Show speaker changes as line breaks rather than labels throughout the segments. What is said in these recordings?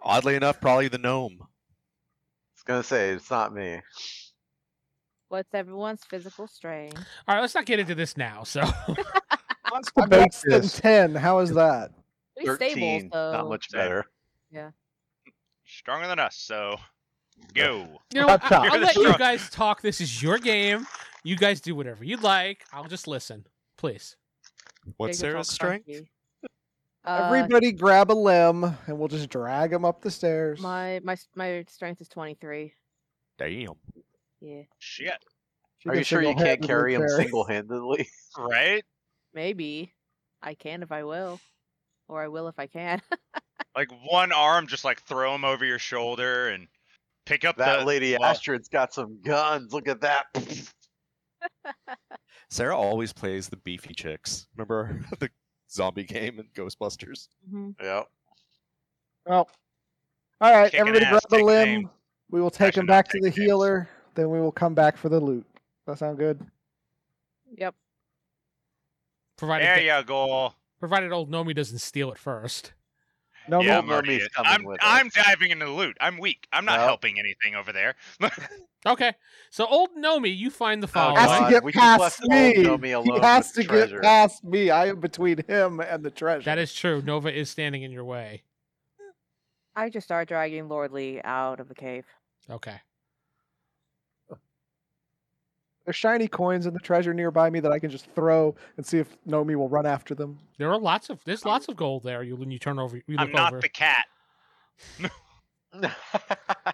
Oddly enough, probably the gnome.
I was gonna say it's not me.
What's everyone's physical strength?
All right, let's not get into this now. So
let's
I'm
debate
not
than
this.
ten. How is that?
Pretty stable,
Thirteen,
so
not much
Same.
better.
Stronger than us. So go.
you know, what,
Laptop.
I,
You're
will
the
let you
strong-
guys talk. This is your game. You guys do whatever you'd like. I'll just listen. Please.
What's
Jacob's all
Sarah's strength?
chunky. Uh,
Everybody grab a limb, and we'll just drag him up the stairs.
my my s- my strength is 23.
Damn.
Yeah,
Shit.
She
Are
can
you sure you can't
single-handedly
carry him single-handedly?
Right.
maybe I can if I will, or I will if I can.
like one arm just like throw him over your shoulder and pick up
That
the
lady
well,
Astrid's got some guns. Look at that.
Sarah always plays the beefy chicks. Remember
Mm-hmm.
the zombie game in Ghostbusters?
Mhm.
yep.
Well, All right,
Kicking
everybody
ass,
grab the
taking
limb.
aim.
We will take
Actually,
him
not
back to
taking
the
names.
healer. Then we will come back for the loot. That sound good?
Yep.
Provided,
There
that-
you go.
provided old Nomi doesn't steal it first.
No,
Yeah,
no,
I'm,
Nomi
already
is
in.
coming
I'm,
with
I'm
us.
diving into the loot. I'm weak. I'm not
No.
helping anything over there.
Okay, so old Nomi, you find
Oh,
the following.
has
God,
to get
we just
past
left old
me.
Nomi alone
He has
with
to
treasure.
get past me. I am between him and the treasure.
that is true. Nova is standing in your way.
I just start dragging Lord Lee out of the cave.
Okay.
There's shiny coins in the treasure nearby me that I can just throw and see if Nomi will run after them.
There are lots of there's lots of gold there. You when you turn over, you look
I'm not
over.
the cat.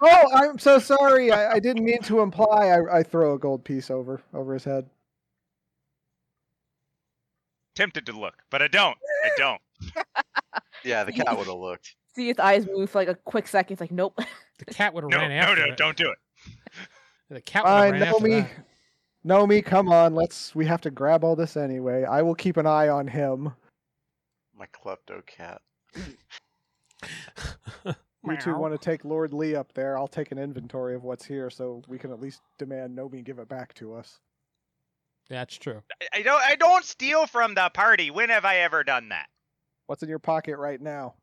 Oh, I'm so sorry. I, I didn't mean to imply. I, I throw a gold piece over over his head.
Tempted to look, but I don't. I don't.
yeah, the cat would have looked.
See his eyes move for like a quick second. It's like, nope.
The cat would have
No,
ran
no,
after
no,
it.
don't do it.
The cat would have
Fine,
ran after
Nomi.
that.
Nomi, come on. Let's. We have to grab all this anyway. I will keep an eye on him.
My klepto cat.
You two
Meow.
want to take Lord Lee up there. I'll take an inventory of what's here so we can at least demand Nomi give it back to us.
That's true.
I- I don't. I don't steal from the party. When have I ever done that?
What's in your pocket right now?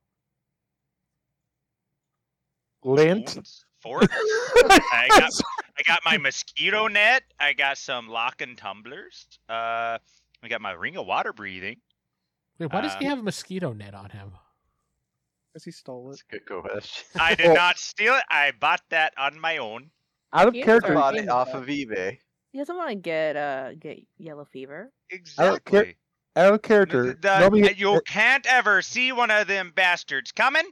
Lint.
Spoons? Forks? I got. I got my mosquito net. I got some lock and tumblers. Uh, I got my ring of water breathing.
Wait, why does he
Uh,
have a mosquito net on him?
Because he stole it.
That's a good question.
I
Oh.
did not steal it. I bought that on my own.
Out of
He is
character.
already-
bought it off of eBay.
He doesn't want to get uh get yellow fever.
don't care.
Exactly.
Out of character.
The-
Nomi,
the- You can't ever see one of them bastards coming,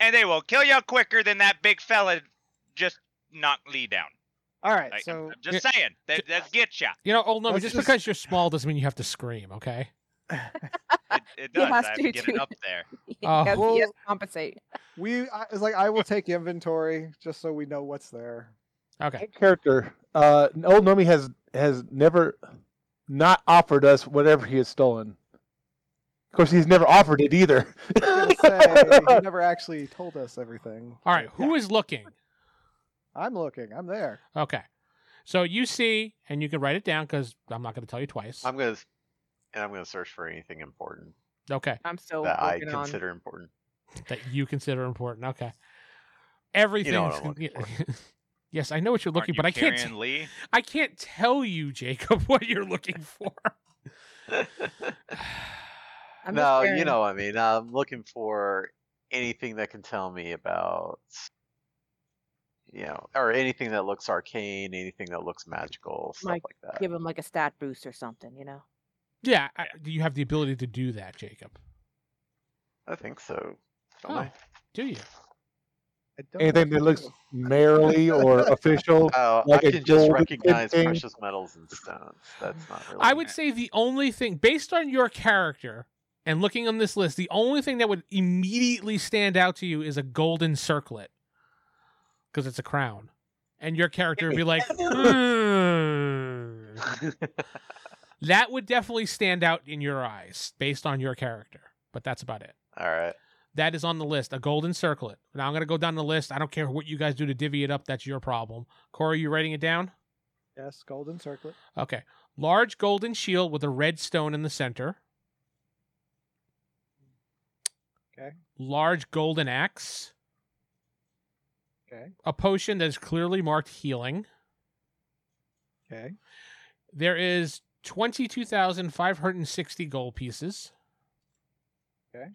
and they will kill you quicker than that big fella just knocked Lee down.
all right.
I,
so
am just saying, they, they'll get you.
You know, old Nomi,
Let's
just,
just-
because you're small doesn't mean you have to scream, okay?
It, it does.
has
I have
to
to get it
do
up there.
He
Oh.
has-
Well-
he has to compensate.
we. I, it's like I will take inventory just so we know what's there.
Okay.
character. Uh, old Nomi has has never not offered us whatever he has stolen. Of course, he's never offered it either.
I was gonna say, he never actually told us everything.
All right. Who is looking?
I'm looking. I'm there.
Okay. So you see, and you can write it down because I'm not going to tell you twice.
I'm gonna, s- and I'm gonna search for anything important
Okay.
I'm still
that I
Oh, working on-
consider important.
That you consider important. Okay. Everything.
what I'm
yes, I know what you're looking,
Aren't
but
you
I can't.
carrying Lee.
I can't tell you, Jacob, what you're looking for.
I'm just
no, you
staring.
know, what I mean, I'm looking for anything that can tell me about, you know, or anything that looks arcane, anything that looks magical, stuff
Like,
like that.
Give him like a stat boost or something, you know.
yeah, I, do you have the ability to do that, Jacob?
I think so. Don't
Oh,
I?
do you?
I don't
Anything that looks merely or official.
Oh,
Like
I
a
can just
gold
recognize
thing?
precious metals and stones. That's not really.
I would say the only thing, based on your character and looking on this list, the only thing that would immediately stand out to you is a golden circlet because it's a crown. And your character would be like, "Hmm." that would definitely stand out in your eyes based on your character. But that's about it.
All right.
That is on the list, a golden circlet. Now I'm going to go down the list. I don't care what you guys do to divvy it up. That's your problem. Corey, you writing it down?
Yes, golden circlet.
Okay. Large golden shield with a red stone in the center.
Okay.
Large golden axe.
Okay.
A potion that is clearly marked healing.
Okay.
There is 22,560 gold pieces.
Okay.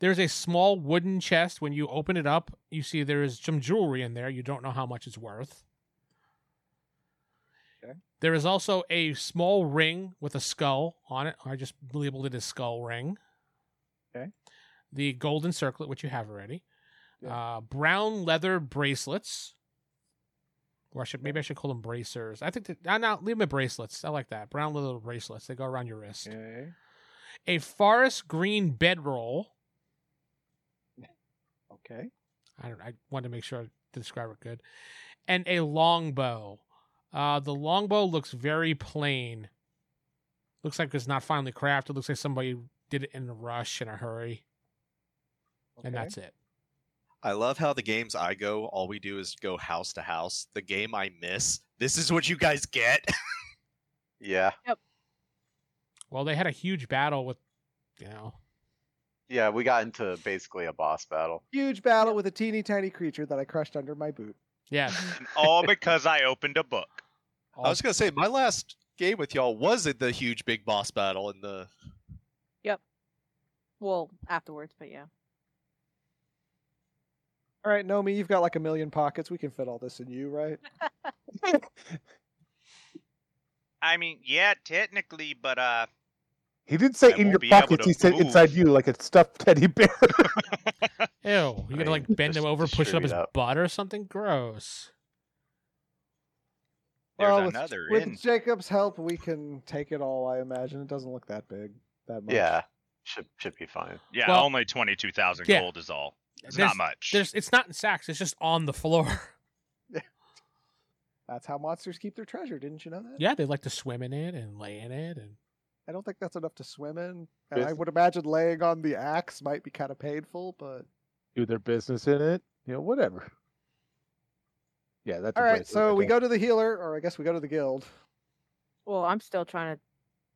There's a small wooden chest. When you open it up, you see there is some jewelry in there. You don't know how much it's worth.
Okay.
There is also a small ring with a skull on it. I just labeled it as skull ring.
Okay.
The golden circlet, which you have already.
Yeah.
Uh, brown leather bracelets. Or I should maybe I should call them bracers. I think that ah, no, leave them at bracelets. I like that. Brown little bracelets. They go around your wrist.
Okay.
A forest green bedroll.
Okay.
I don't I wanted to make sure I describe it good. And a longbow. Uh the longbow looks very plain. Looks like it's not finely crafted. Looks like somebody did it in a rush in a hurry.
okay.
And that's it.
I love how the games I go, all we do is go house to house. The game I miss, this is what you guys get.
Yeah.
Well, they had a huge battle with, you know,
Yeah, we got into basically a boss battle.
Huge battle with a teeny tiny creature that I crushed under my boot.
yeah.
And all because I opened a book.
I was gonna say my last game with y'all was at the huge big boss battle in the uh,
Well, afterwards, but yeah.
All right, Nomi, you've got like a million pockets. We can fit all this in you, right?
I mean, yeah, technically, but uh,
He didn't
I
say in
won't
your
be able
pockets.
to
He said
move.
inside you like a stuffed teddy bear.
Ew, you gotta like
mean,
bend him
just-
over,
just
push it up
shoot
his
it up.
butt or something. Gross.
there's
Well, with-
another
With
in.
Jacob's help, we can take it all. I imagine it doesn't look that big, that much.
Yeah, should should be fine.
Yeah,
Well-
only twenty two thousand
Yeah.
gold is all. It's
There's-
not much.
There's, it's not in sacks. It's just on the floor.
that's how monsters keep their treasure. Didn't you know that?
yeah, they like to swim in it and lay in it, and
I don't think that's enough to swim in. And
There's-
I would imagine laying on the axe might be kind of painful, but
do their business in it. You know, whatever. Yeah, that's
all right. So we go to the healer, or I guess we go to the guild.
Well, I'm still trying to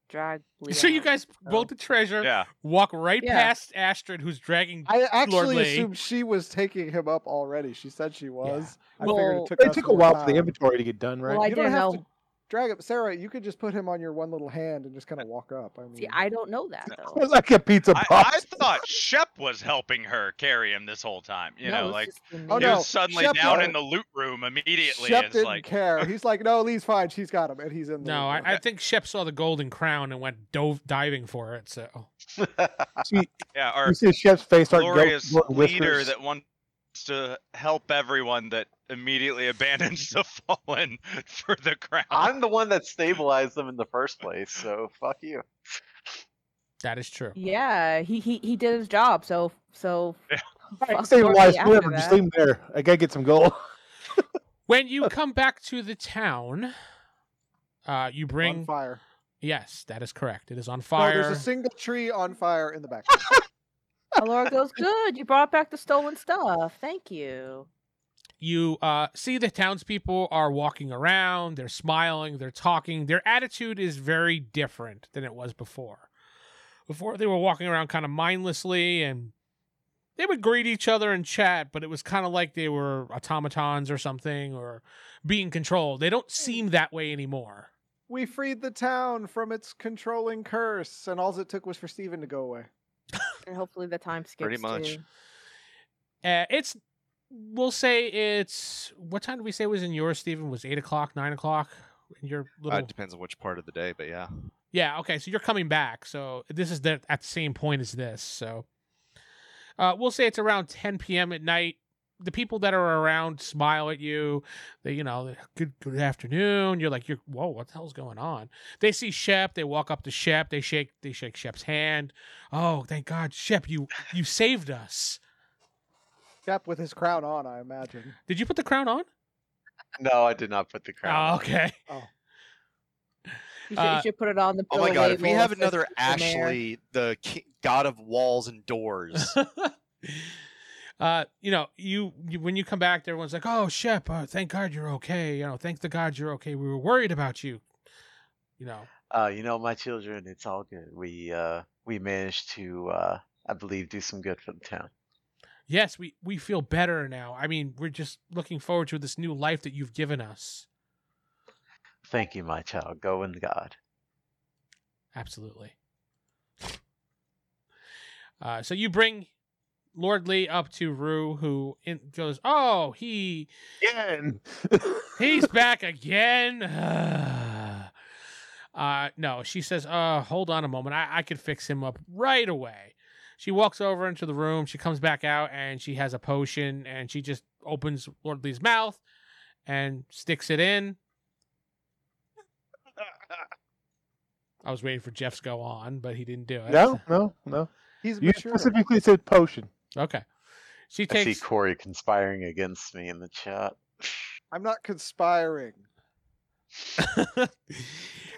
drag. Leah
so you
out.
guys bolt the treasure,
yeah,
walk right
Yeah.
past Astrid, who's dragging.
I actually
Lee.
assumed she was taking him up already. She said she was. I figured
Well-
it took.
It
us
took a
more
while for the
time.
inventory to get done, right?
Well, I
You don't
didn't
have
know.
to Drag up, Sarah. You could just put him on your one little hand and just kind of walk up. I mean,
See, I don't know that
It was
though.
like a pizza
I,
box.
I thought Shep was helping her carry him this whole time. You
No,
know,
it's
like
just the
Oh,
he
name.
no.
was suddenly
Shep
down
did-
in the loot room immediately.
Shep
it's
didn't
like
care. He's like, no, Lee's fine. She's got him, and he's in. The
no, I,
room.
I think Shep saw the golden crown and went dove diving for it. So
See,
yeah, our
you see Chef's face start going
glorious
glowing
leader
whiskers.
that wants to help everyone that immediately abandons the fallen for the crown.
I'm the one that stabilized them in the first place, so fuck you.
that is true.
Yeah, he he he did his job. So so.
Yeah.
fuck
Save
Lorelei
lives,
after
whatever. Just
that.
leave him there. I gotta get some gold.
When you come back to the town, uh, you
on
bring.
fire.
Yes, that is correct. It is on
No,
fire.
there's a single tree on fire in the back.
Alora goes, good. You brought back the stolen stuff. Thank you.
you uh, see the townspeople are walking around they're smiling they're talking their attitude is very different than it was before before they were walking around kind of mindlessly and they would greet each other and chat but it was kind of like they were automatons or something or being controlled they don't seem that way anymore
we freed the town from its controlling curse, and all it took was for Steven to go away.
And hopefully the time skips.
Pretty much.
too.
uh, it's we'll say it's what time did we say it was in yours stephen was eight o'clock nine o'clock in your little
Uh, it depends on which part of the day, but yeah.
Yeah, okay, so you're coming back. So this is the, at the same point as this. So uh, we'll say it's around 10 p.m. at night. The people that are around smile at you. They, you know, they, good good afternoon. You're like, you're whoa, what the hell's going on? They see Shep. They walk up to Shep. They shake they shake Shep's hand. Oh, thank God, Shep, you you saved us.
Shep with his crown on, I imagine.
Did you put the crown on?
No, I did not put the crown.
Oh,
on.
okay.
You should,
Uh,
you should put it on the.
Oh my
pillow
god, if we
label,
have
says
another
the mayor.
Ashley, the ki- god of walls and doors.
uh, you know, you, you when you come back, everyone's like, "Oh, Shep, uh, thank God you're okay." You know, thank the God you're okay. We were worried about you. You know,
Uh, you know, my children, it's all good. We uh we managed to uh I believe do some good for the town.
yes, we we feel better now. I mean, we're just looking forward to this new life that you've given us.
Thank you, my child. Go in God.
Absolutely. Uh, so you bring Lord Lee up to Rue, who in, goes, "Oh, he
Again.
He's back again. uh, no, she says, uh, hold on a moment. I-, I could fix him up right away. She walks over into the room. She comes back out and she has a potion and she just opens Lord Lee's mouth and sticks it in. I was waiting for Jeff's go on, but he didn't do it.
no, no, no.
He's
You
mature.
specifically said potion.
Okay. She
I see
takes.
Corey conspiring against me in the chat.
I'm not conspiring.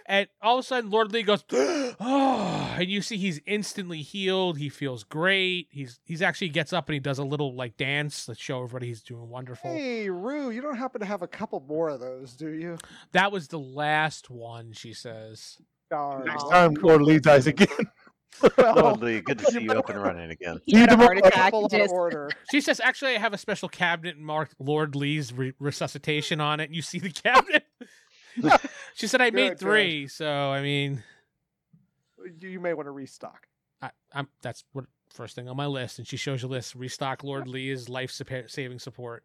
and all of a sudden, Lord Lee goes, "Oh!" And you see he's instantly healed. He feels great. He's he's actually gets up and he does a little like dance that show everybody he's doing wonderful.
Hey, Rue, you don't happen to have a couple more of those, do you?
That was the last one, she says.
Darn.
Next time, Lord Lee dies again.
Lord Lee, good to see you up and running again.
He had a heart
A
attack.
couple
he
out of
Just,
order.
She says, "Actually, I have a special cabinet marked Lord Lee's re- resuscitation on it." And you see the cabinet. she said, "I made
Good, good.
three, so I mean,
You, you may want to restock.
I, I'm that's what first thing on my list." And she shows you list: restock Lord Lee's life supa- saving support.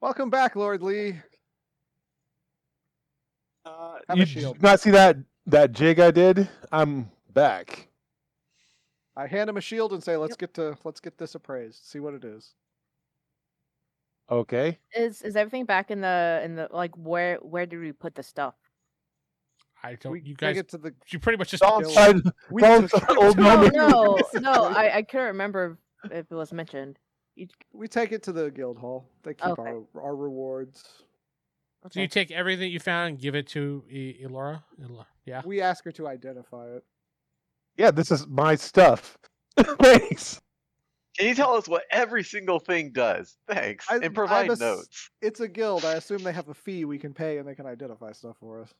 Welcome back, Lord Lee.
Uh,
Have
you
a
did
shield.
not see that that jig I did? I'm back.
I hand him a shield and say, "Let's get to let's get this appraised. See what it is."
Okay.
is is everything back in the in the like where where do we put the stuff?
I don't.
we
you
take
guys,
it to the.
you pretty much just.
Don't
Dylan.
try-
We
Don't
took
try
it
old
to-
No,
Mommy.
no, no. I I couldn't remember if it was mentioned.
We take it to the guild hall. They keep
Okay.
our our rewards.
Do you take everything you found and give it to E- Elora? Elora- Yeah.
We ask her to identify it.
Yeah, this is my stuff. Thanks.
Can you tell us what every single thing does? Thanks.
I-
and provide
I'm a s-
notes.
It's a guild. I assume they have a fee we can pay, and they can identify stuff for us.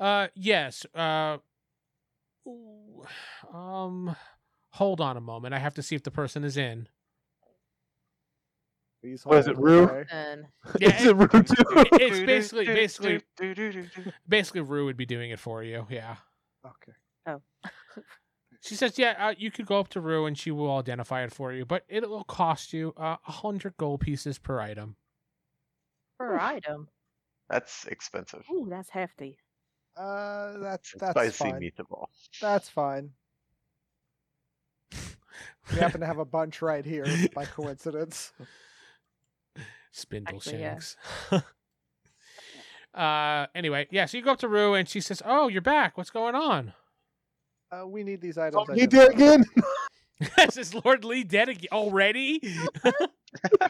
Uh, yes. Uh, ooh, um, hold on a moment. I have to see if the person is in.
These
What is
halls,
it, Rue?
okay.
And
Yeah,
is it rude too?
it- it's basically, basically, basically, Rue would be doing it for you. Yeah.
Okay.
She says, "Yeah, uh, you could go up to Rue and she will identify it for you, but it will cost you uh, a hundred gold pieces per item."
per item.
That's expensive.
Ooh, that's hefty.
Uh, that's that's
Spicy
fine.
meatball.
That's fine. We happen to have a bunch right here by coincidence.
Spindle
Actually, yeah.
shanks. uh, anyway, yeah. So you go up to Rue and she says, "Oh, you're back. What's going on?
Uh, we need these items.
Oh, he
identified.
did again?
this is Lord Lee dead again already."
It's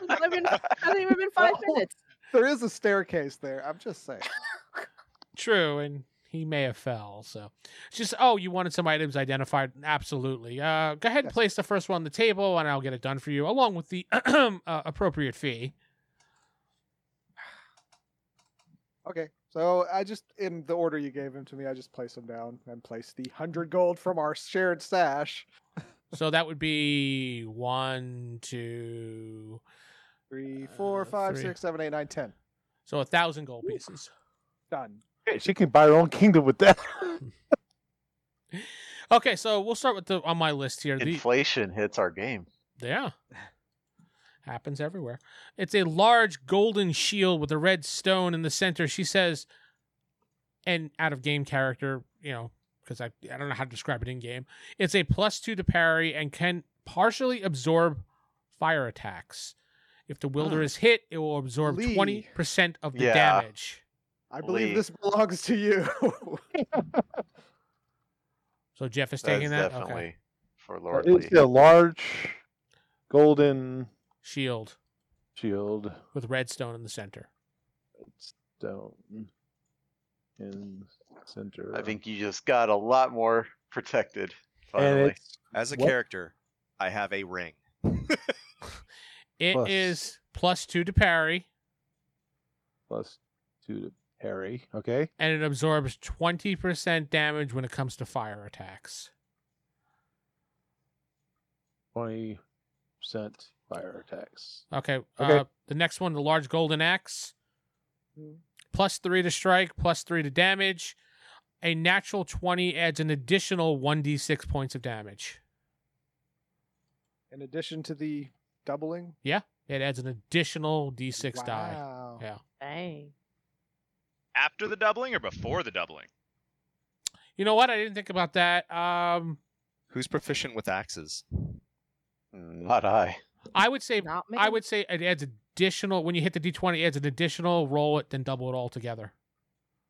not even- hasn't even been five
Oh.
minutes.
There is a staircase there. I'm just saying.
True, and he may have fell. So, it's just oh, you wanted some items identified? Absolutely. Uh, go ahead and
Yes.
place the first one on the table, and I'll get it done for you, along with the uh, appropriate fee.
Okay. So I just, in the order you gave them to me, I just place them down and place the hundred gold from our shared stash.
So that would be one, two,
Three,
Uh,
four, five,
three.
six, seven, eight, nine, ten.
so a thousand gold pieces.
Done.
Hey, She can buy her own kingdom with that.
Okay, so we'll start with the on my list here. The,
Inflation hits our game.
Yeah. Happens everywhere. It's a large golden shield with a red stone in the center. She says, and out of game character, you know, because I, I don't know how to describe it in game. It's a plus two to parry and can partially absorb fire attacks. If the wielder
Hmm.
is hit, it will absorb
Lee.
20% of the
Yeah.
damage.
I believe
Lee.
this belongs to you.
So Jeff is
That's
taking that?
definitely
Okay.
for Lord Lee.
It's a large golden
Shield
shield
with red stone in the center.
stone in center.
I think you just got a lot more protected.
and
Finally.
it's
As a
What?
character, I have a ring.
It
Plus.
is plus two to parry.
plus two to parry. Okay.
and it absorbs 20% damage when it comes to fire attacks.
20% fire attacks.
Okay. Uh,
Okay.
the next one, the large golden axe.
Hmm.
Plus three to strike, plus three to damage. A natural 20 adds an additional 1d6 points of damage.
in addition to the doubling.
It adds an additional d6 die.
wow.
Yeah.
Dang.
After the doubling or before the doubling?
You know what? I didn't think about that. Um,
Who's proficient with axes?
Not I.
I would say
Not me.
I would say it adds additional when you hit the d20 it adds an additional roll it then double it all together.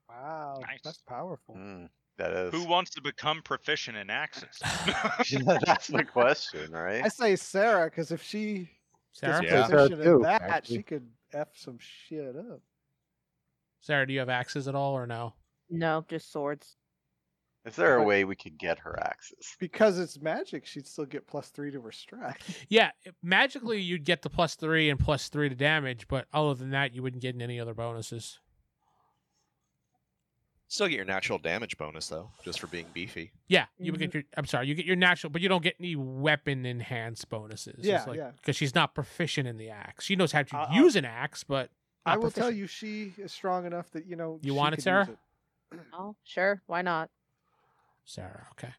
Wow.
Nice.
That's powerful.
Mm, that is.
Who wants to become proficient in axes?
That's the question,
I
right?
say Sarah because if she
Sarah?
gets
Yeah.
proficient
Sarah
in
too,
that,
actually.
she could f some shit up.
Sarah, do you have axes at all or no?
No, just swords.
Is there a
But-
way we could get her axes?
Because it's magic, she'd still get plus three to her strike.
Yeah, it- magically you'd get the plus three and plus three to damage, but other than that, you wouldn't get any other bonuses.
Still get your natural damage bonus though, just for being beefy.
Yeah, you would
Mhm.
Mm-hmm.
get your. I'm sorry, you get your natural, but you don't get any weapon enhance bonuses. It's
Yeah,
like,
yeah.
Because she's not proficient in the axe. She knows how to
I'll- I'll-
use an axe, but
I
not
will tell
proficient.
you, she is strong enough that you know.
You
she
want it,
could use
Sarah? Mm.
Oh, sure, why not?
Sarah. Okay.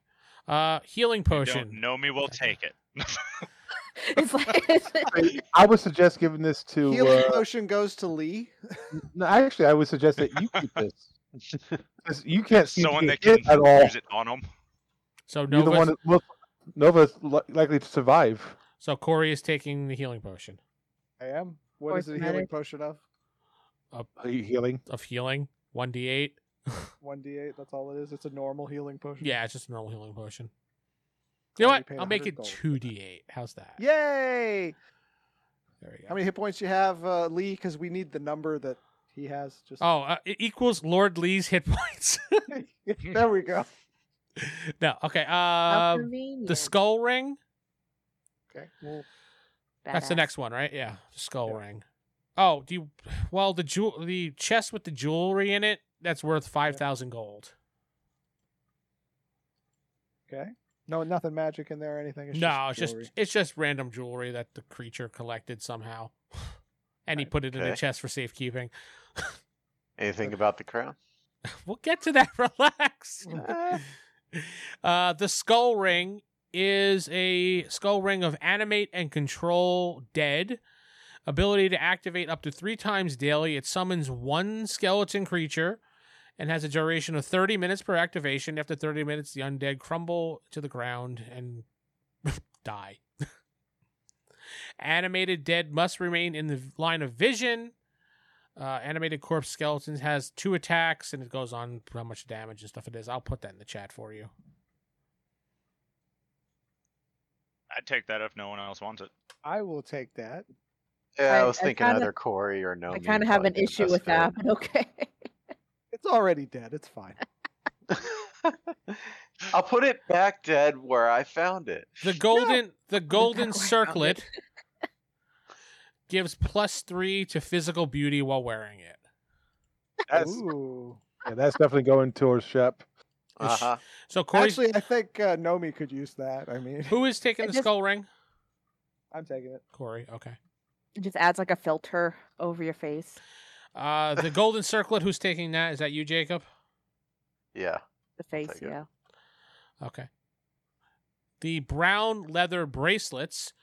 Uh, healing
You
potion.
don't know me, we'll take it.
It's like
I would suggest giving this to.
Healing
Uh,
potion goes to Lee.
no, actually, I would suggest that you keep this. 'Cause You can't see
Someone that can
it at all.
use it on them.
So
You're the one.
Nova.
That, well, Nova's li- likely to survive.
So Corey is taking the healing potion
I am. What is
Poison
the healing
addict.
potion of?
Are you healing?
of healing, one d8.
One d eight. That's all it is. It's a normal healing potion.
Yeah, it's just a normal healing potion. You know
Only
what?
paid
I'll make
100
it
gold for
two d8. How's that?
Yay!
There we
How
go.
many hit points you have, uh, Lee? Because we need the number that he has. Just
Oh, uh, it equals Lord Lee's hit points.
there we go.
no, okay.
how
Uh,
convenient.
the skull ring.
Okay. Well,
That's the
Badass.
next one, right? Yeah, the skull
Yeah.
ring. Oh, do you, well the jewel the chest with the jewelry in it that's worth five thousand gold.
okay. No, nothing magic in there or anything. It's
no,
just
it's
jewelry.
just it's just random jewelry that the creature collected somehow, and he
Right.
put it in a
Okay.
chest for safekeeping.
Anything about the crown?
We'll get to that. Relax. uh, the skull ring is a skull ring of animate and control dead. Ability to activate up to three times daily. It summons one skeleton creature and has a duration of 30 minutes per activation. After 30 minutes, the undead crumble to the ground and die. Animated dead must remain in the line of vision. Uh, animated corpse skeletons has two attacks, and it goes on how much damage and stuff it is. I'll put that in the chat for you.
I'd take that if no one else wants it.
I will take that.
Yeah, I,
I-
was
I
thinking
kinda-
either Corey or no.
I kind of have an issue with that, but okay.
It's already dead. It's fine.
I'll put it back dead where I found it.
The golden the golden
worry about
circlet gives plus three to physical beauty while wearing it.
That's
Ooh.
Yeah, that's definitely going towards Shep.
It's-
Uh-huh.
So Corey,
Actually, I think uh, Nomi could use that. I mean,
who is taking
It
the
just-
skull ring?
I'm taking it.
Corey, okay.
It just adds like a filter over your face.
Uh, the golden circlet. Who's taking that? Is that you, Jacob?
Yeah.
The face,
take it.
yeah.
Okay. The brown leather bracelets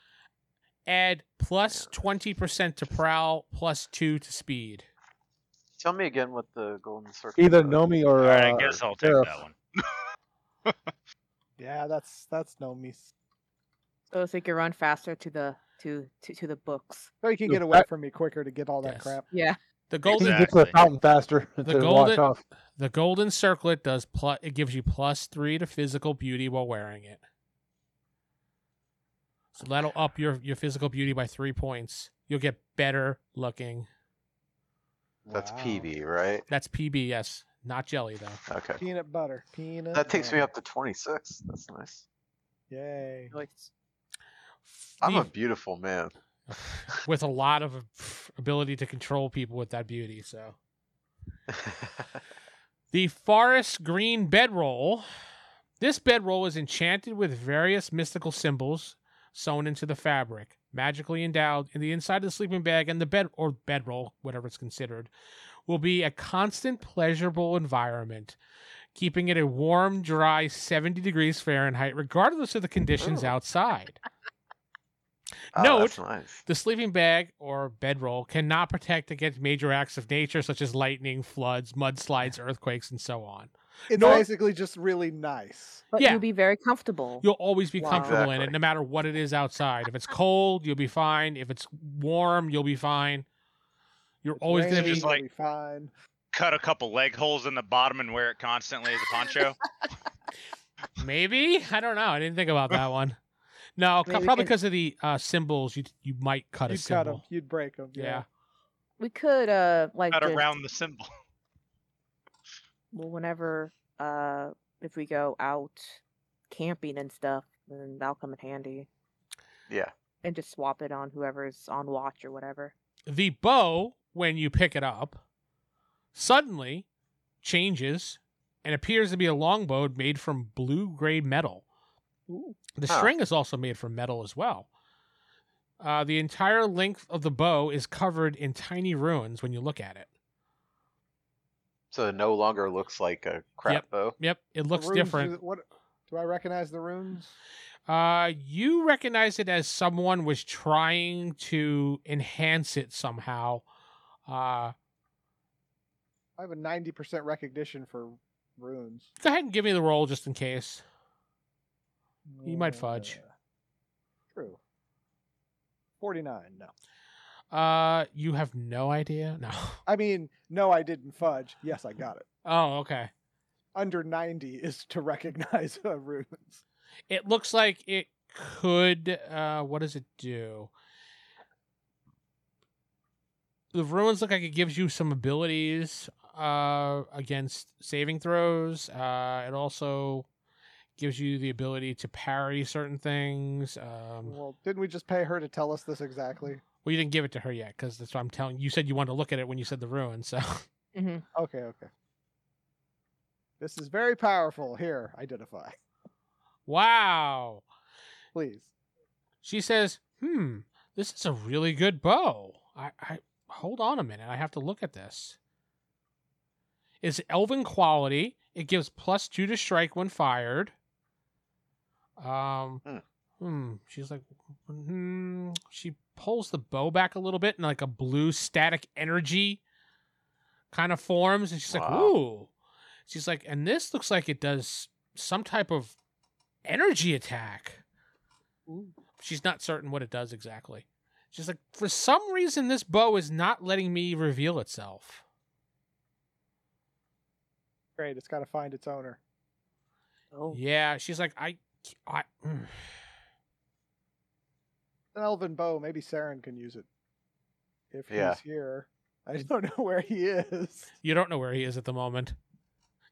add plus twenty percent to prowl, plus two to speed.
Tell me again what the golden circle.
Either
was.
Nomi or
All right,
uh,
I guess I'll take
Sheriff.
that one.
Yeah, that's that's Nomi's.
So it's like you run faster to the to to, to the books.
So you can
Yo,
get away
that-
from me quicker to get all that
Yes.
crap.
Yeah.
The golden
He gets to the
Exactly.
fountain faster
The
to
golden-
wash off.
the golden circlet does plus. It gives you plus three to physical beauty while wearing it. So that'll up your your physical beauty by three points. You'll get better looking.
That's
Wow.
PB, right?
That's PB, yes, not jelly though.
Okay.
Peanut butter. Peanut.
That takes me
butter.
up to 26. That's nice.
Yay.
I'm a
The-
beautiful man.
with a lot of pff, ability to control people with that beauty. So the forest green bedroll. This bedroll is enchanted with various mystical symbols sewn into the fabric, magically endowed. In the inside of the sleeping bag and the bed or bedroll, whatever it's considered, will be a constant pleasurable environment, keeping it a warm, dry 70 degrees Fahrenheit, regardless of the conditions
Ooh.
outside.
Oh,
Note-
that's nice.
The sleeping bag or bedroll cannot protect against major acts of nature such as lightning, floods, mudslides, earthquakes, and so on.
It's
Nor-
basically just really nice.
But
Yeah.
you'll be very comfortable.
You'll always be
Wow.
comfortable in it,
Exactly.
no matter what it is outside. If it's cold, you'll be fine. If it's warm, you'll be fine. You're always going to be.
Rain,
Just like-
it'll be fine.
Cut a couple leg holes in the bottom and wear it constantly as a poncho.
Maybe I don't know. I didn't think about that one. No,
Maybe we
probably
can-
because of the uh, symbols. You you might cut a
You'd cut
symbol.
them. You'd break them.
Yeah.
Yeah.
We could uh like
Cut
just-
around the symbol.
well, whenever uh, if we go out camping and stuff, then that'll come in handy.
Yeah.
And just swap it on whoever's on watch or whatever.
the bow when you pick it up suddenly changes and appears to be a longbow made from blue gray metal the
Huh.
string is also made from metal as well uh, the entire length of the bow is covered in tiny ruins when you look at it
So it no longer looks like a crap bow.
yep it looks
runes, do
different
th- What do I recognize the runes?
uh, you recognize it as someone was trying to enhance it somehow uh,
I have a ninety percent recognition for runes.
go ahead and give me the roll just in case You might fudge.
Uh, True. Forty-nine. No,
uh, you have no idea no
I mean, no, I didn't fudge. Yes, I got it.
Oh, okay.
Under ninety is to recognize uh, runes.
It looks like it could. Uh, what does it do? The ruins look like it gives you some abilities uh, against saving throws. Uh, it also gives you the ability to parry certain things. Um,
Well, didn't we just pay her to tell us this exactly?
well, you didn't give it to her yet because that's what I'm telling you. Said you wanted to look at it when you said the ruins. So Mm-hmm.
Okay, okay. This is very powerful. Here, identify,
wow.
please.
She says, "Hmm, this is a really good bow. I, I hold on a minute. I have to look at this. It's elven quality. It gives plus two to strike when fired. Um,
Hmm.
hmm. She's like, hmm. She pulls the bow back a little bit, and like a blue static energy kind of forms, and she's like,
Wow.
ooh. She's like, and this looks like it does some type of energy attack. She's not certain what it does exactly. She's like, for some reason, this bow is not letting me reveal itself.
Great, it's got to find its owner.
Oh.
Yeah, she's like, I, I, mm."
An elven bow. Maybe Saren can use it. If
Yeah.
he's here, I don't know where he is.
you don't know where he is at the moment.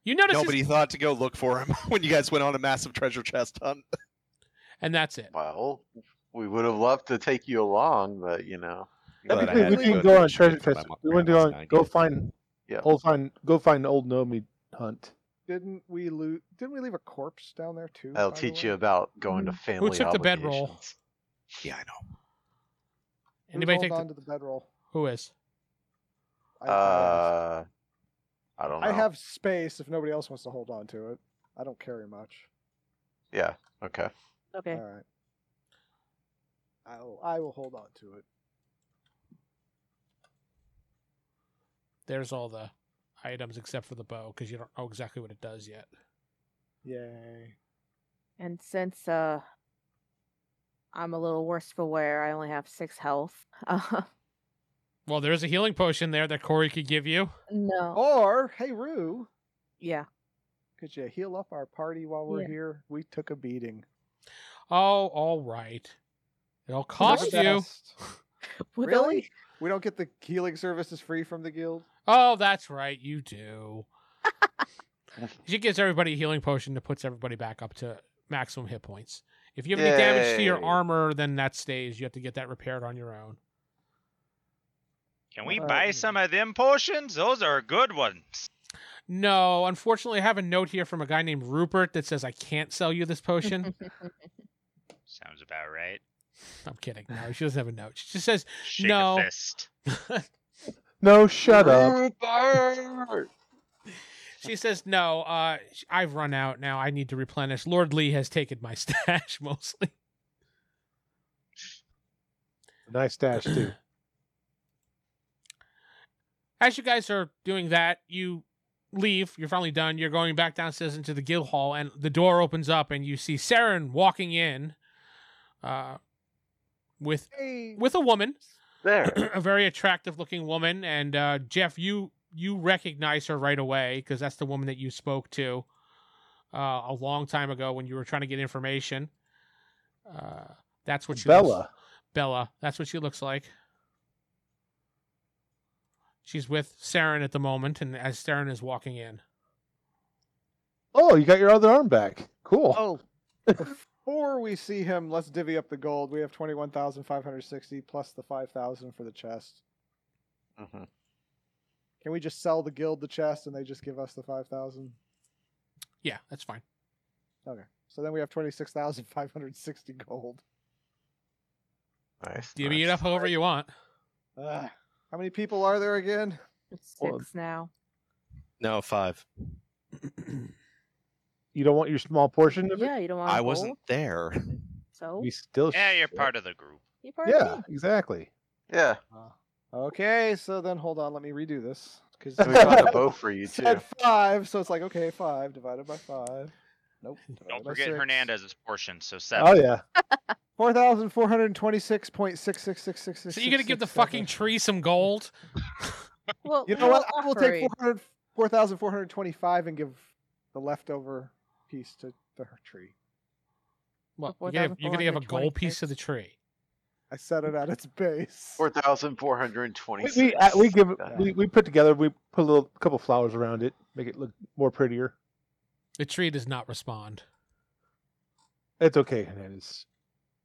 You notice, his-
Nobody thought to go look for him when you guys went on a massive treasure chest hunt.
and that's it.
Well, we would have loved to take you along, but you know.
That'd be
But I
cool.
had-
we
to
didn't
go
go
to
on
the
treasure
gym for
chest.
my
We went to
grandma's
go, on-
90th.
go find
Yeah.
old find go find old Nomi hunt.
Didn't we lose? Didn't we leave a corpse down there too?
That'll
by the
teach
way? Mm-hmm.
you about going to family
took the bedroll?
obligations.
Yeah, I know.
Who's
Anybody
holding
take the,
on to the bedroll?
who is?
I, I asked.
Uh, I don't know.
I have space if nobody else wants to hold on to it. I don't carry much.
Yeah. Okay.
Okay.
All right. I will, I will hold on to it.
There's all the items except for the bow because you don't know exactly what it does yet.
Yay.
And since uh I'm a little worse for wear, I only have six health. Uh,
Well, there is a healing potion there that Corey could give you.
no.
Or, hey, Rue,
Oh, Yeah.
could you heal up our party while we're
Yeah.
here? We took a beating.
Oh, all right. It'll cost
Never
you.
best.
With
Really?
only
We don't get the healing services free from the guild?
Oh, that's right. You do. she gives everybody a healing potion that puts everybody back up to maximum hit points. If you have any damage to your
Yay.
armor, then that stays. You have to get that repaired on your own.
Can we
Uh,
buy some of them potions? Those are good ones.
No, unfortunately, I have a note here from a guy named Rupert that says I can't sell you this potion.
Sounds about right.
I'm kidding. No, she doesn't have a note. She just says,
Shake
No.
a fist.
No, shut up.
Rupert!
she says, no, uh, sh- I've run out now. I need to replenish. Lord Lee has taken my stash mostly.
Nice stash too.
As you guys are doing that, you leave. You're finally done. You're going back downstairs into the guild hall, and the door opens up, and you see Saren walking in, uh, with
Hey,
with a woman,
There.
a very attractive looking woman. And uh, Jeff, you you recognize her right away because that's the woman that you spoke to uh, a long time ago when you were trying to get information. Uh, that's what she looks-
Bella.
Bella. That's what she looks like. She's with Saren at the moment, and as Saren is walking in,
Oh, you got your other arm back. Cool.
Oh, before we see him, let's divvy up the gold. We have twenty-one thousand five hundred sixty plus the five thousand for the chest.
Mm-hmm.
Mhm.
Can we just sell the guild the chest and they just give us the five thousand?
Yeah, that's fine.
Okay. So then we have twenty-six thousand five hundred sixty gold.
Nice.
Divvy it
nice.
up however you want.
Ugh. How many people are there again?
It's
Well-
six now.
No, five.
You don't want your small portion of it?
Yeah, you don't want.
I wasn't there.
So
We still.
Yeah, you're
should.
part of the group.
you part of the
Yeah,
team.
exactly.
Yeah.
Okay, so then hold on, let me redo this because
So we found a bow for you
it's
too.
at five, so it's like okay, five divided by five. Nope.
Don't forget Hernandez's portion, so seven.
Oh yeah.
Four thousand four hundred twenty-six point six six six six six.
So you gonna give the fucking tree some gold?
Well,
You know what?
we'll
I will
offer
take
you.
400 4,425 and give the leftover piece to the tree.
What?
For
You're gonna, you're gonna give a gold piece to
4,426.
the tree.
I set it at its base.
Four thousand four hundred
We
twenty-six.
we, uh, we give we, we put together. We put a little couple flowers around it, make it look more prettier.
The tree does not respond.
It's okay, Hernandez.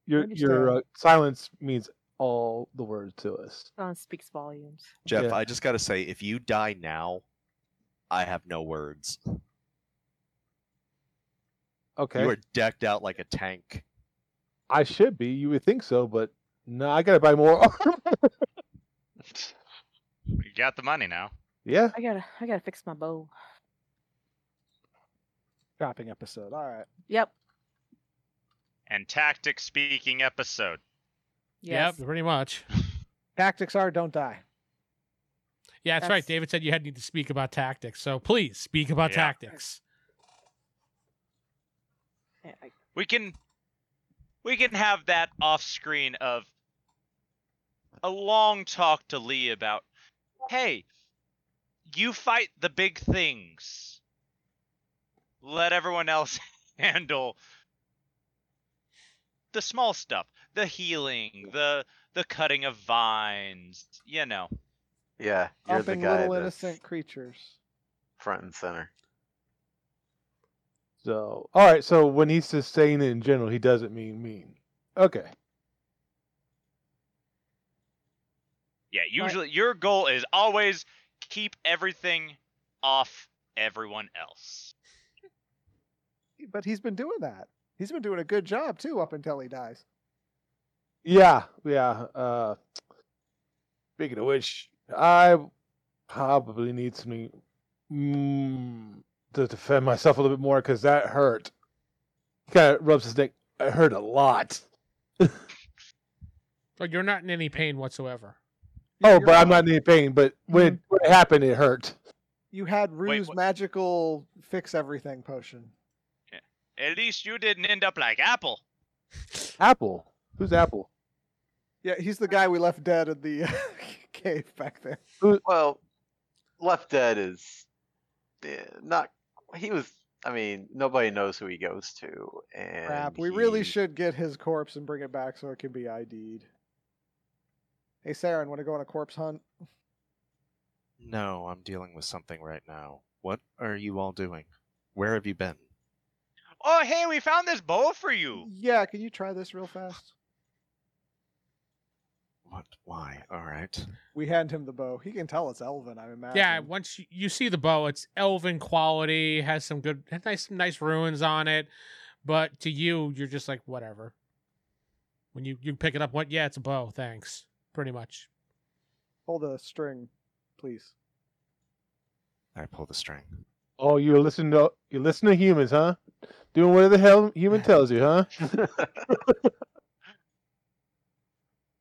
Your your
understand.
uh, silence means all the words to us.
Uh, speaks volumes.
Jeff,
Yeah.
I just gotta say, if you die now, I have no words.
Okay.
You are decked out like a tank.
I should be. You would think so, but no, I gotta buy more armor.
You got the money now.
yeah.
I gotta, I gotta fix my bow.
Shopping episode. All right.
Yep.
And tactic speaking episode.
Yes.
Yep, pretty much.
Tactics are don't die.
Yeah, that's, right.
That's-
David said you had need to speak about tactics. So please speak about
Yeah.
tactics.
Yeah, I-
We can we can have that off screen of a long talk to Lee about hey, you fight the big things. Let everyone else handle the small stuff, the healing, the the cutting of vines, you know.
Yeah, you're the
Helping
guy
little
that's
innocent creatures.
front and center.
So all right. So when he's just saying it in general, he doesn't mean mean. Okay.
Yeah, usually your goal is always keep everything off everyone else.
But he's been doing that. He's been doing a good job too up until he dies.
Yeah. Yeah. Uh, speaking of which, I probably need something mm, to defend myself a little bit more because that hurt. Kind of rubs his neck. I hurt a lot.
But you're not in any pain whatsoever.
Oh, but I'm not in any pain. But when, it, when it happened, it hurt.
You had
Wait,
Rue's
what-
magical fix everything potion.
At least you didn't end up like Apple.
Apple. Who's Apple?
Yeah, he's the guy we left dead in the uh, cave back there.
Well, Left Dead is eh, not. He was. I mean, nobody knows who he goes to, and
Crap. We really
he-
should get his corpse and bring it back so it can be ID'd. Hey, Saren, want to go on a corpse hunt?
No, I'm dealing with something right now. What are you all doing? Where have you been?
Oh, hey, we found this bow for you.
Yeah, can you try this real fast?
What? Why? All right.
We hand him the bow. He can tell it's Elvin, I imagine.
Yeah, once you, you see the bow, it's elven quality, has some good, has nice, some nice ruins on it. But to you, you're just like whatever. When you you pick it up, what? Yeah, it's a bow. Thanks, pretty much.
Hold a string, please.
I pull the string.
Oh, you listen to you listen to humans, huh? Doing whatever the hell human tells you, huh?
What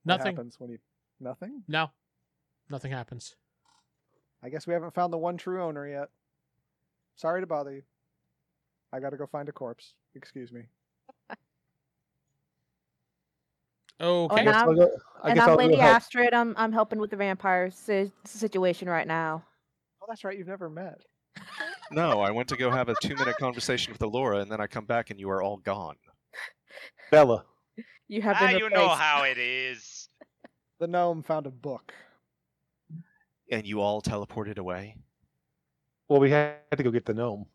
Nothing.
happens when you. Nothing?
No, nothing happens.
I guess we haven't found the one true owner yet. Sorry to bother you. I gotta go find a corpse. Excuse me.
Oh,
Okay.
and I'm,
go- I
and
guess I'll
I'm
go
Lady
help.
Astrid. I'm, I'm helping with the vampire si- situation right now.
Oh, that's right. You've never met.
No, I went to go have a two minute conversation with Laura, and then I come back and you are all gone.
Bella.
You have
Ah,
been
you
replaced.
know how it is.
The gnome found a book.
And you all teleported away?
Well, we had to go get the gnome.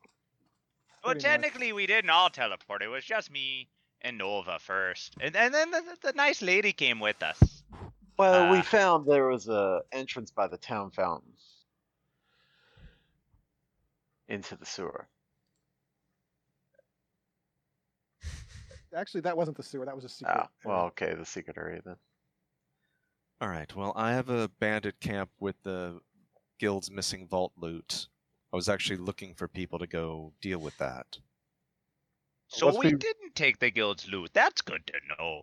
Well,
Pretty much.
technically, we didn't all teleport. It was just me and Nova first, and and then the, the nice lady came with us.
Well, we
Ah.
found there was a entrance by the town fountain into the sewer.
Actually, that wasn't the sewer. That was a secret.
Ah,
area.
well, okay, the secret area then.
All right. Well, I have a bandit camp with the guild's missing vault loot. I was actually looking for people to go deal with that.
So
Let's
we
be-
didn't take the guild's loot. That's good to know.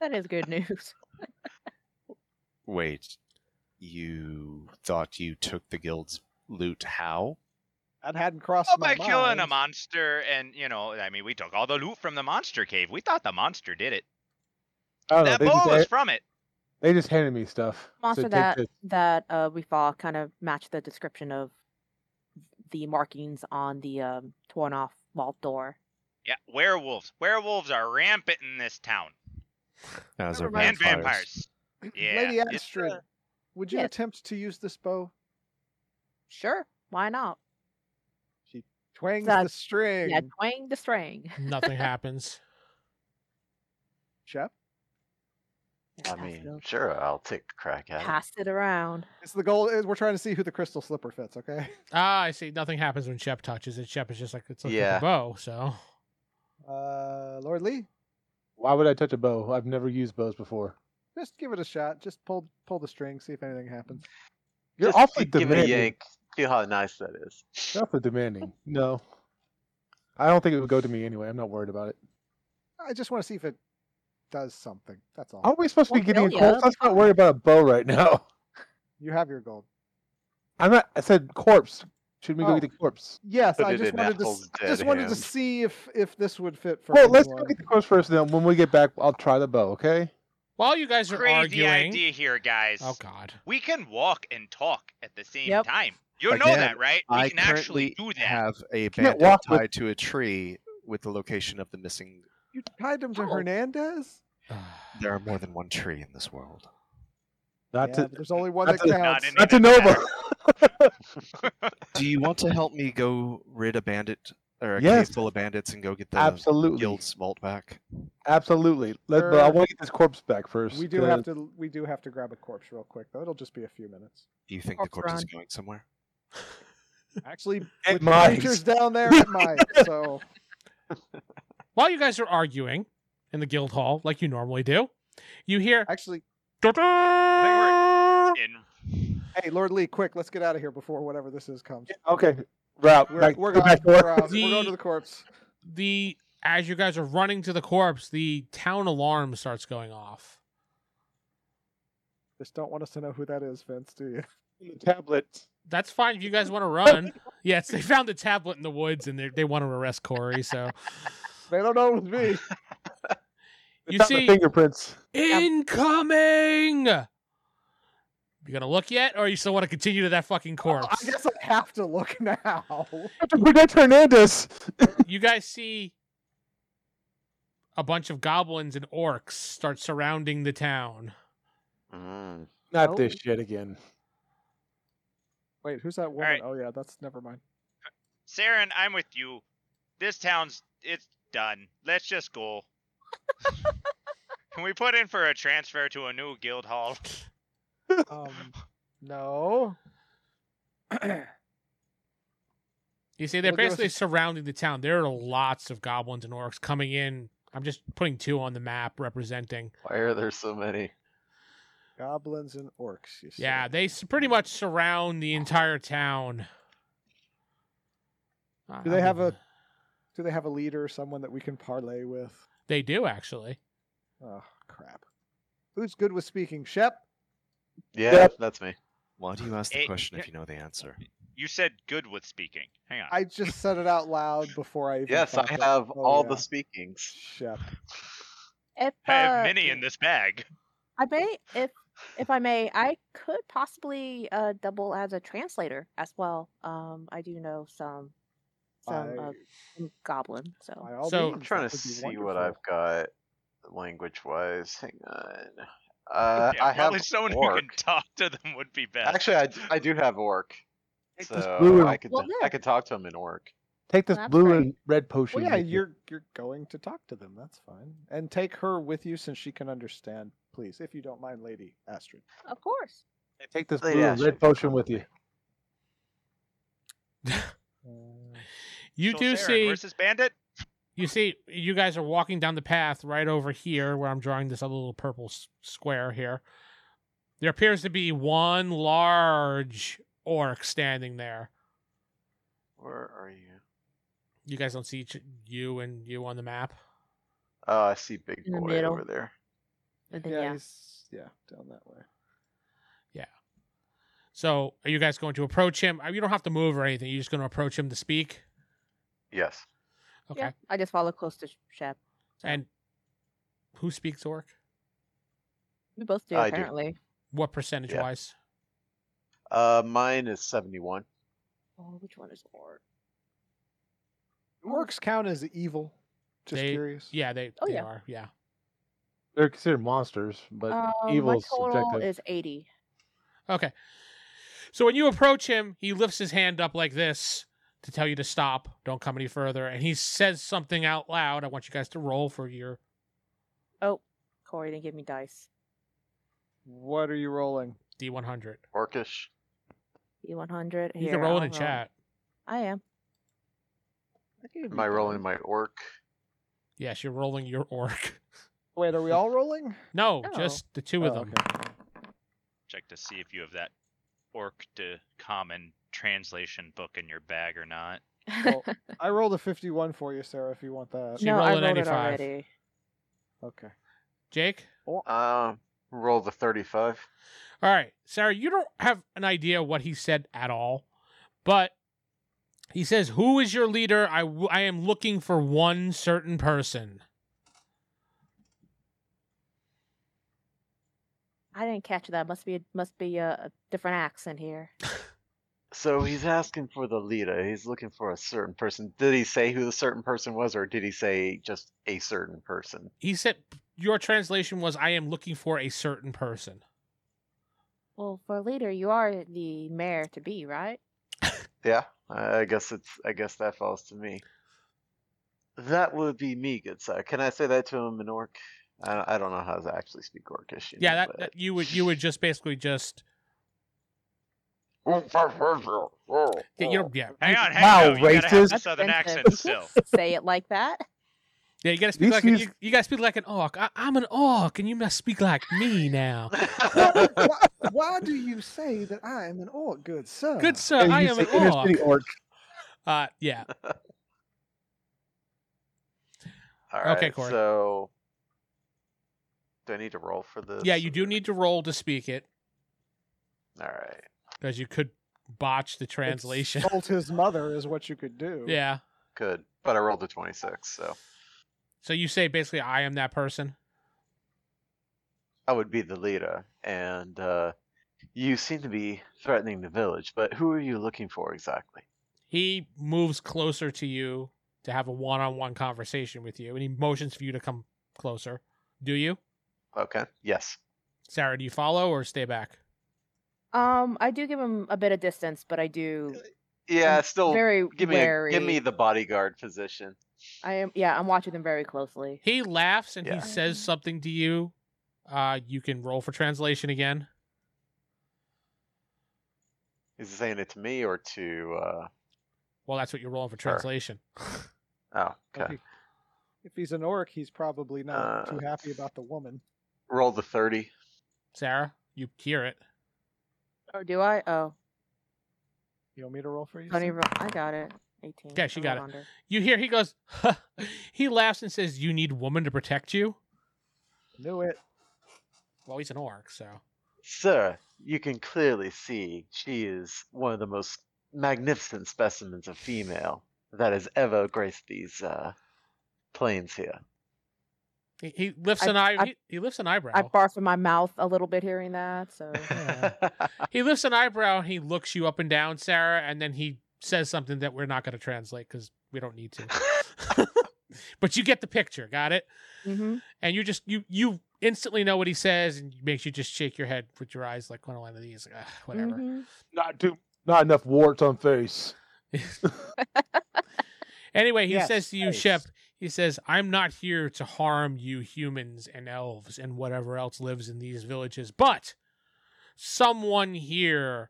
That is good news.
Wait, you thought you took the guild's loot? How?
That hadn't crossed
Oh,
my
by
mind.
killing a monster, and you know, I mean, we took all the loot from the monster cave. We thought the monster did it.
I don't know.
That
Oh, They
bowl
just,
was
had-
from it.
they just handed me stuff.
Monster
take
that
this.
that uh, we saw kind of matched the description of the markings on the um, torn off vault door.
Yeah, werewolves. Werewolves are rampant in this town,
As are
and
vampires.
vampires. Yeah,
Lady
it's,
Astrid,
uh,
would you
Yes.
attempt to use this bow?
Sure, why not?
Twangs
Uh,
the string.
Yeah, twang the string.
Nothing happens.
Shep,
I
Pass it
mean,
up.
sure, I'll take a crack at
pass it around.
it's the goal. We're trying to see who the crystal slipper fits. Okay.
Ah, I see. Nothing happens when Shep touches it. Shep is just like it's like
Yeah.
a bow. So
Uh, Lord Lee,
Why would I touch a bow? I've never used bows before.
just give it a shot. Just pull pull the string, see if anything happens.
it.
You're
Just
awfully
gi- give it a
demanding.
yank. Feel how nice that is.
You're awfully demanding. No. I don't think it would go to me anyway. I'm not worried about it.
I just want to see if it does something. That's all.
Aren't we supposed to be
Well,
getting a
hell yeah,
corpse?
that'd be
I'm not
fine.
worried about a bow right now.
You have your gold.
I'm not. I said corpse. Should we
Oh.
go get the corpse?
Yes,
Put
I
it
just
in
wanted to. s-
Ethel's
I just
dead
wanted to
hand.
see if if this would fit for.
Well, let's go
everyone.
get the corpse first. Then when we get back, I'll try the bow. Okay.
while you guys are
crazy
arguing,
idea here, guys.
oh god,
We can walk and talk at the same
Yep.
time. You know
Again,
that, right? We
I
can actually do
currently
that.
have a
can't
bandit
walk with-
tied to a tree with the location of the missing.
You tied him to
Oh.
Hernandez.
There are more than one tree in this world.
Not
yeah,
to
but there's only one
not
that
to-
Not
counts.
in
not to
Neither
Nova.
Do you want to help me go rid a bandit or a
Yes.
cave full of bandits and go get the
Absolutely.
guild's vault back?
Absolutely. Let, but I
Sure.
want to get this corpse back first.
We do have
'cause-
to. We do have to grab a corpse real quick though. It'll just be a few minutes.
Do you think the
Corpse
corpse is
run.
going somewhere?
Actually,
At
with the
mines.
creatures down there, it might. So
while you guys are arguing in the guild hall like you normally do, you hear.
actually,
"Da-da!"
In
hey, Lord Lee, quick, let's get out of here before whatever this is comes.
Okay. Route.
We're,
back-
we're,
go
gone,
back to
we're,
work.
out. we're going
The-
to the corpse.
the as you guys are running to the corpse, the town alarm starts going off.
Just don't want us to know who that is, Vince, do you?
The tablet.
That's fine if you guys want to run. yes, they found the tablet in the woods and they they want to arrest Corey. So
They don't know it was me.
It's
You
not the
see-
fingerprints.
incoming. You gonna look yet, or you still want to continue to that fucking corpse?
I guess I have to look now.
After Protect Hernandez.
you guys see a bunch of goblins and orcs start surrounding the town.
Mm.
Not
Oh.
this shit again.
Wait, who's that woman?
right.
Oh yeah, that's never mind.
Saren, I'm with you. This town's it's done. Let's just go. Can we put in for a transfer to a new guild hall?
Um, no.
You see, they're
Well, give us
basically
a-
surrounding the town. There are lots of goblins and orcs coming in. I'm just putting two on the map representing.
Why are there so many?
Goblins and orcs. You
Yeah,
said.
they s- pretty much surround the entire town.
Do they have a- Do they have a leader, someone that we can parlay with?
They do actually.
Oh crap. Who's good with speaking? Shep.
Yeah,
Yep.
that's me.
Why do you ask
Eh,
the question if
yeah.
you know the answer?
You said good with speaking. Hang on.
I just said it out loud before I. Even
Yes, I
thought it.
have
Oh,
all
yeah.
the speakings.
Shep.
If,
I have
uh,
many in this bag.
I may, if if I may, I could possibly uh, double as a translator as well. Um, I do know some some uh,
By-
some goblin, so
by all
So-
means,
I'm trying
that
to
would be
see what
wonderful.
I've got language wise. Hang on. Uh,
Yeah,
I have
probably someone who
orc.
can talk to them would be best.
Actually, I, I do have orc.
It's just blue
so
and-
I could
Well,
I
yeah.
could talk to him in orc.
Take this
That's
blue
right.
and red potion.
Well, yeah,
with you.
you're you're going to talk to them. That's fine, and take her with you since she can understand. Please, if you don't mind, Lady Astrid.
Of course.
take this
Lady
blue and
Astrid
red
can
potion
come
with
with
you.
You
So
do
Theron,
see
Where's this bandit?
you see you guys are walking down the path right over here where i'm drawing this other little purple s- square here there appears to be one large orc standing there
Where are you?
you guys don't see each, you and you on the map
Oh, I see big
In the
boy
middle.
over there.
And then,
Yeah,
Uh, yeah.
he's yeah down that way.
so are you guys going to approach him Uh, you don't have to move or anything you're just going to approach him to speak
Yes.
okay
Yeah, I just follow close to Sh- Shep. so.
and who speaks orc
we both do
I do.
apparently.
what percentage
Yeah.
wise
Uh, mine is seventy-one.
Oh, which one is Orc?
Do Orcs count as evil. Just
They-
curious.
yeah they,
Oh,
they
yeah.
are yeah
They're considered monsters, but
Um,
evil
my
is
total
subjective.
is eighty.
Okay. So when you approach him, he lifts his hand up like this to tell you to stop, don't come any further, and he says something out loud. I want you guys to roll for your
Oh, Corey didn't give me dice.
What are you rolling?
D100.
Orcish.
E one hundred.
You can roll it in chat.
I am.
Am I rolling my orc?
Yes, you're rolling your orc.
Wait, are we all rolling?
No,
Oh.
just the two of
Oh,
them.
Check to see if you have that orc to common translation book in your bag or not.
Well, I rolled a 51 for you, Sarah, if you want that.
She
no,
rolled
I
an
rolled
95.
it already.
Okay.
Jake?
Um, roll the thirty-five.
All right, Sarah, you don't have an idea what he said at all, but he says, Who is your leader? I, w- I am looking for one certain person.
I didn't catch that. Must be must be a, a different accent here.
So he's asking for the leader. He's looking for a certain person. Did he say who the certain person was, or did he say just a certain person?
He said, Your translation was, I am looking for a certain person.
Well, for leader, you are the mayor to be, right?
Yeah, I I guess it's. I guess that falls to me. That would be me, good sir. Can I say that to him in orc? I, I don't know how to actually speak orcish. you
yeah,
know,
that,
but-
that you would you would just basically just yeah, you don't, yeah,
Hang
you,
on, hang
Wow,
on. though, You gotta have the
racist.
southern
Offensive.
accent still.
Say it like that.
yeah, you gotta speak
This
like an,
is-
you, you gotta speak like an orc. I, I'm an orc, and you must speak like me now.
why, why- why do you say that I am an orc, good sir?
Good sir,
And
I
you
am
say
an
inner
orc.
city orc.
Uh, yeah,
All
Okay,
right,
Corey.
So, do I need to roll for this?
yeah, you do
or-
need to roll to speak it
All right.
because you could botch the translation.
Insult his mother is what you could do.
yeah,
Good. But I rolled a 26, so
so you say basically, I am that person.
I would be the leader. And uh, you seem to be threatening the village, but who are you looking for exactly?
He moves closer to you to have a one-on-one conversation with you, and he motions for you to come closer. Do you,
Okay. Yes.
Sarah? Do you follow or stay back?
Um, I do give him a bit of distance, but I do
Yeah,
I'm
still
very
give me a,
wary.
give me the bodyguard position.
I am. Yeah, I'm watching them very closely.
He laughs and
Yeah.
he
Mm-hmm.
says something to you. Uh, you can roll for translation again.
Is he saying it to me or to uh
Well, that's what you're rolling for
Sure.
translation.
Oh,
If
okay.
he- If he's an orc, he's probably not
Uh,
too happy about the woman.
Roll the 30.
Sarah, you hear it.
Or do I? Oh,
You want me to roll for you?
Tony,
Sam?
Ro- I got it. Eighteen.
Yeah, she
I
got
rolled under.
You hear he goes. he laughs and says, "You need woman to protect you."
Knew it.
Well, he's an orc, so
Sir, you can clearly see she is one of the most magnificent specimens of female that has ever graced these uh, plains here.
he, he lifts
I-
an eye.
I-
he, he lifts an eyebrow.
I barfed in my mouth a little bit hearing that. So
he lifts an eyebrow and he looks you up and down, Sarah, and then he says something that we're not going to translate because we don't need to. but you get the picture. Got it.
Mhm.
and you just you you instantly know what he says and makes you just shake your head with your eyes like one of these like, "Ugh, whatever
Mhm.
Not to Not enough warts on face.
Anyway, he
Yes,
says to you,
nice.
Shep, he says, I'm not here to harm you humans and elves and whatever else lives in these villages, but someone here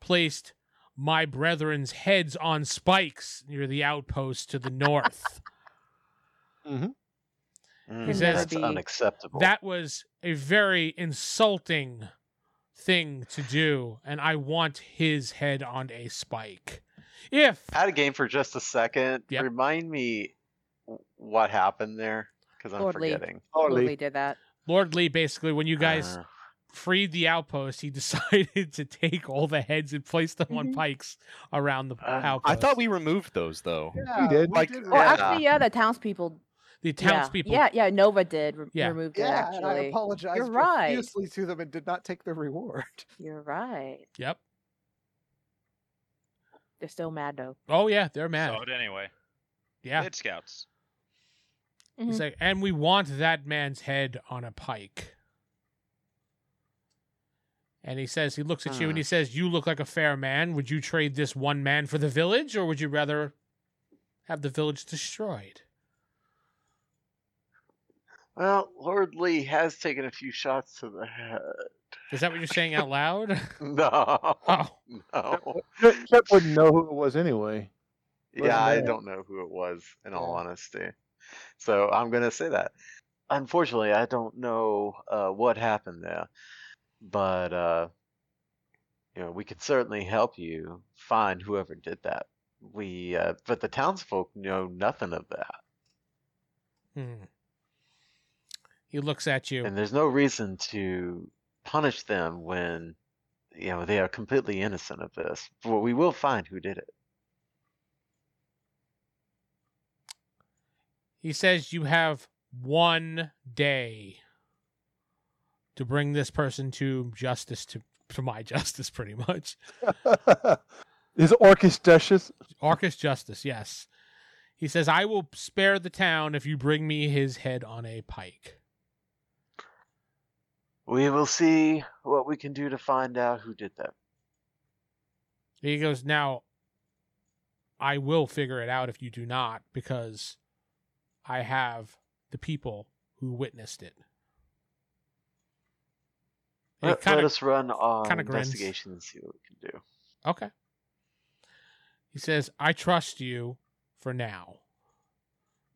placed my brethren's heads on spikes near the outpost to the north.
Mm-hmm.
Mm,
says-
that's unacceptable.
that was a very insulting thing to do, and I want his head on a spike. If
Out of game for just a second.
Yep.
Remind me w- what happened there because I'm
Lordly.
forgetting.
Totally did that.
Lord Lee basically, when you guys
Uh,
freed the outpost, he decided to take all the heads and place them on
Mhm.
pikes around the
Uh, I
outpost.
I thought we removed those though.
Yeah,
did.
we
Like-
did
Well,
Yeah.
that.
actually, yeah, the townspeople.
the
yeah.
townspeople.
Yeah, yeah, Nova did re-
Yeah.
remove it.
yeah, and I
Actually,
apologized
You're right.
profusely to them and did not take the reward.
you're right.
Yep.
They're still mad though.
Oh yeah, they're mad.
So anyway,
yeah.
Blade Scouts.
He's
Mm-hmm.
like, and we want that man's head on a pike. And he says, he looks at you and he says, "You look like a fair man. Would you trade this one man for the village, or would you rather have the village destroyed?"
well, Lord Lee has taken a few shots to the head.
Is that what you're saying out loud?
No,
oh,
no.
Shep Shep wouldn't know who it was anyway.
Yeah, I
Wasn't
don't know who it was, in all
Yeah.
honesty. So I'm going to say that. Unfortunately, I don't know uh, what happened there, but uh, you know we could certainly help you find whoever did that. We, uh, but the townsfolk know nothing of that,
Hmm. he looks at you.
and there's no reason to punish them when you know they are completely innocent of this. But we will find who did it.
He says you have one day to bring this person to justice to to my justice pretty much.
Is Orcus Duchess?
Arcus justice, yes. He says I will spare the town if you bring me his head on a pike.
We will see what we can do to find out who did that.
He goes, "Now I will figure it out if you do not because I have the people who witnessed it." And he
Let,
kinda-
let us run our
kinda grins.
investigation and see what we can do.
Okay. He says, I trust you for now.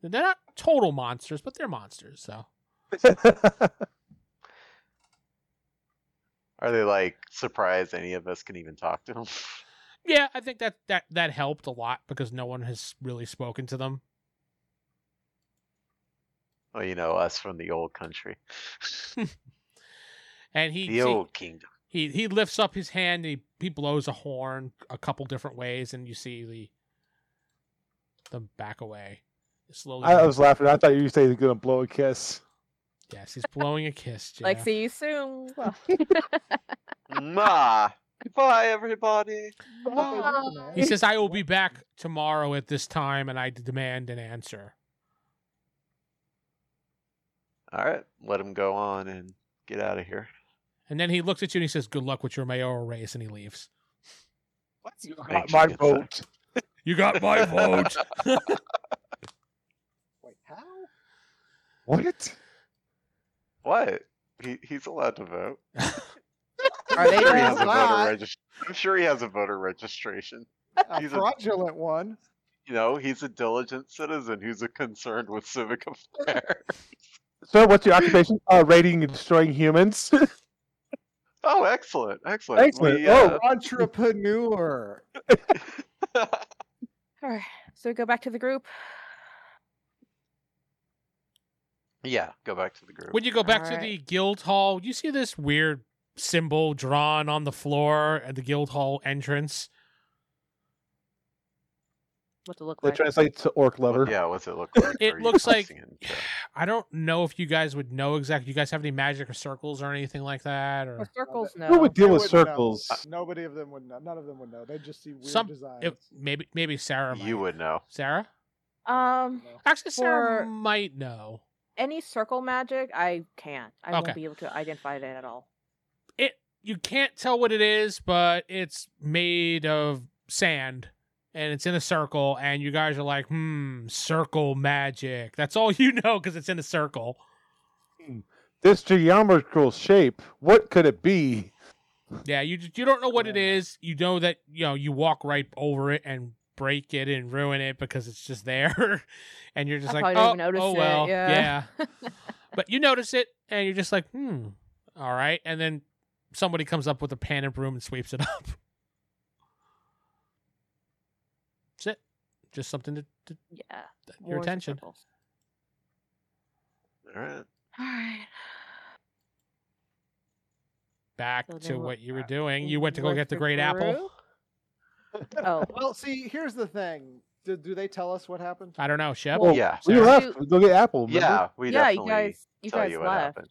They're not total monsters, but they're monsters, so.
Are they like surprised any of us can even talk to them?
Yeah, I think that that that helped a lot because no one has really spoken to them.
well, you know, us from the old country,
And he
the
so he-
old kingdom.
he he lifts up his hand, he he blows a horn a couple different ways and you see the the back away. Slowly
I was laughing. I thought you said he's gonna blow a kiss.
Yes, he's blowing a kiss,
Like,
Jeff.
see you soon.
Ma, goodbye, everybody.
He says, I will be back tomorrow at this time and I demand an answer.
All right, let him go on and get out of here.
And then he looks at you and he says, "Good luck with your mayoral race," and he leaves.
My,
Thanks,
Uh, my
good
vote.
You got my vote.
Wait, how?
What?
What? He, he's allowed to vote.
Are they
I'm sure, he
now?
has a
Not.
voter regist- I'm sure he has a voter registration.
A
He's a-
fraudulent one.
You know, he's a diligent citizen who's a concerned with civic affairs.
Sir, what's your occupation? Uh, raiding and destroying humans.
Oh, excellent, excellent.
Excellent.
We,
Oh,
Entrepreneur.
uh,
All right, so we go back to the group.
yeah, go back to the group.
when you go back to
Alright.
the guild hall, you see this weird symbol drawn on the floor at the guild hall entrance.
What to look
that
like?
translates to orc
What-
lover.
Yeah, what's it look like?
It
Are you
looks like-
posting it? Yeah.
I don't know if you guys would know exactly. You guys have any magic or circles or anything like that,
Oh,
or
circles?
Who
No.
would deal
They
with
wouldn't know. Uh,
circles?
Nobody of them would know. None of them would know. They'd just see weird
Some-
designs.
if, maybe maybe Sarah. Might.
You would know.
Sarah.
Um,
No.
Actually, Sarah
For-
might know.
any circle magic, I can't. I
Okay.
won't be able to identify that at all.
you can't tell what it is, but it's made of sand and it's in a circle and you guys are like, "Hmm, circle magic." That's all you know cuz it's in a circle.
Hmm. This geometrical shape, what could it be?
Yeah, you just, you don't know what it is. You know that, you know, you walk right over it and break it and ruin it because it's just there and you're just
I
like,
probably didn't
"Oh,
even notice
oh
it,
well."
yeah.
yeah. but you notice it and you're just like, hmm, all right. And then somebody comes up with a pan and broom and sweeps it up. That's it. Just something to, to
yeah.
your
wars and
attention.
circles.
All right.
All right.
Back
So
to
then we're
what you were
at
doing. You went to go get the great apple.
Oh,
Well, see, here's the thing. Do, do they tell us what happened?
I don't know, Shep.
Well,
yeah.
We
Sarah.
left. We go get Apple. remember?
Yeah, we
yeah, you
definitely
guys, you
tell
guys
you what
left.
happened.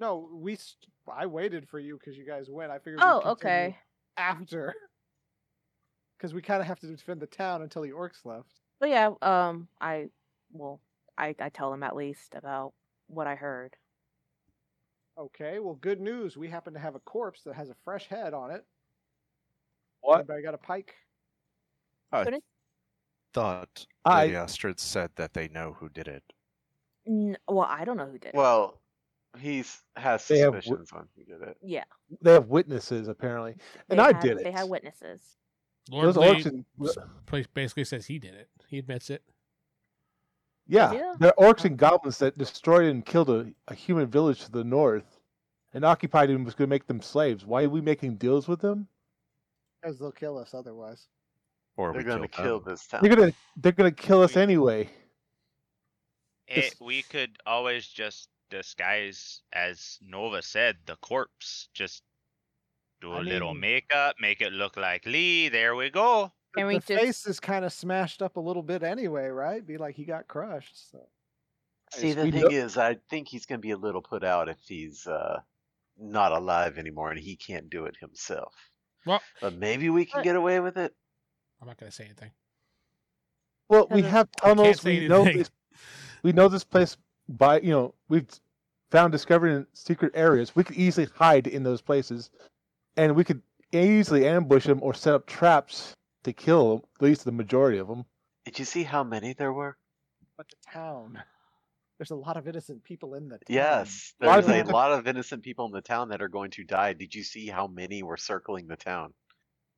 No, we. St- I waited for you because you guys went. I figured. we'd
Oh,
continue
okay.
After. Because we kind of have to defend the town until the orcs left.
But yeah, um, I, well, I, I tell them at least about what I heard.
Okay. Well, good news. We happen to have a corpse that has a fresh head on it.
What?
Anybody got a pike?
I
Couldn't-
thought
I-
Lady Astrid said that they know who did it.
N- well, I don't know who did it.
Well, he's has
They have w-
suspicions on who did it.
yeah,
They have witnesses apparently, and
they
I
had-
did it.
They had witnesses.
Lord
Those
Lee
orcs. and-
pla- basically says he did it. He admits it.
yeah,
do?
they're orcs
Oh.
and goblins that destroyed and killed a, a human village to the north, and occupied and was going to make them slaves. Why are we making deals with them?
Because they'll kill us otherwise.
Or
They're
we
going to
killed them.
kill this town.
They're gonna they're gonna kill us anyway.
It,
Just-
we could always just disguise, as Nova said, the corpse. Just do a
I
little
mean-
makeup, make it look like Lee. There we go.
But
Can we
the
just-
face is kind of smashed up a little bit anyway, right? Be like he got crushed. So.
See, the
We
thing
know-
is, I think he's going to be a little put out if he's uh, not alive anymore and he can't do it himself.
Well-
but maybe we can
But-
get away with it.
I'm not going to say anything.
Well, we
Heather.
have
can't
tunnels.
say
We know
anything.
this, we know this place by you know we've found discovered in secret areas. We could easily hide in those places, and we could easily ambush them or set up traps to kill 'em, at least the majority of them.
Did you see how many there were?
But the town. There's a lot of innocent people in the town.
Yes,
Why
there's
would
a
the-
lot of innocent people in the town that are going to die. Did you see how many were circling the town?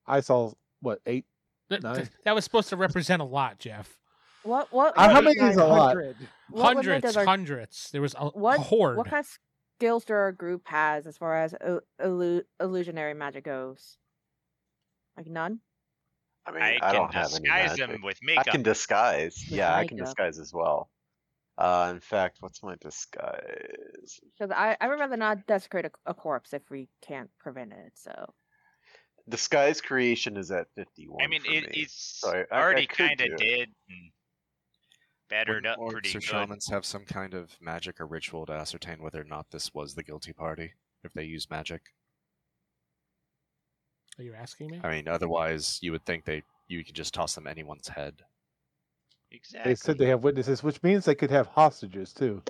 I saw what eight.
That,
Nice.
that was supposed to represent a lot, Jeff.
What? What?
I-
what
how
would
many
you
is
guys-
a lot?
100.
what would make
Hundreds,
us our-
hundreds. There was a,
What?
a horde.
What kind of skills do our group has as far as il- illu- illusionary magic goes? Like none.
I mean,
I,
I,
can
don't have any
disguise
magic.
them with
I
makeup.
can disguise.
With
yeah, I can
makeup.
disguise as well. Uh, in fact, what's my disguise?
Because I, I would rather not desecrate a, a corpse if we can't prevent it. So
Disguise creation is at fifty-one.
I mean,
for
it,
me.
it's
Sorry, I- I
already
could
kind
do
of
it.
dead and battered
Wouldn't
up
orcs
pretty
or
good.
shamans have some kind of magic or ritual to ascertain whether or not this was the guilty party if they use magic
Are you asking me?
i mean otherwise you would think they you could just toss them anyone's head
Exactly.
They said they have witnesses, which means they could have hostages too.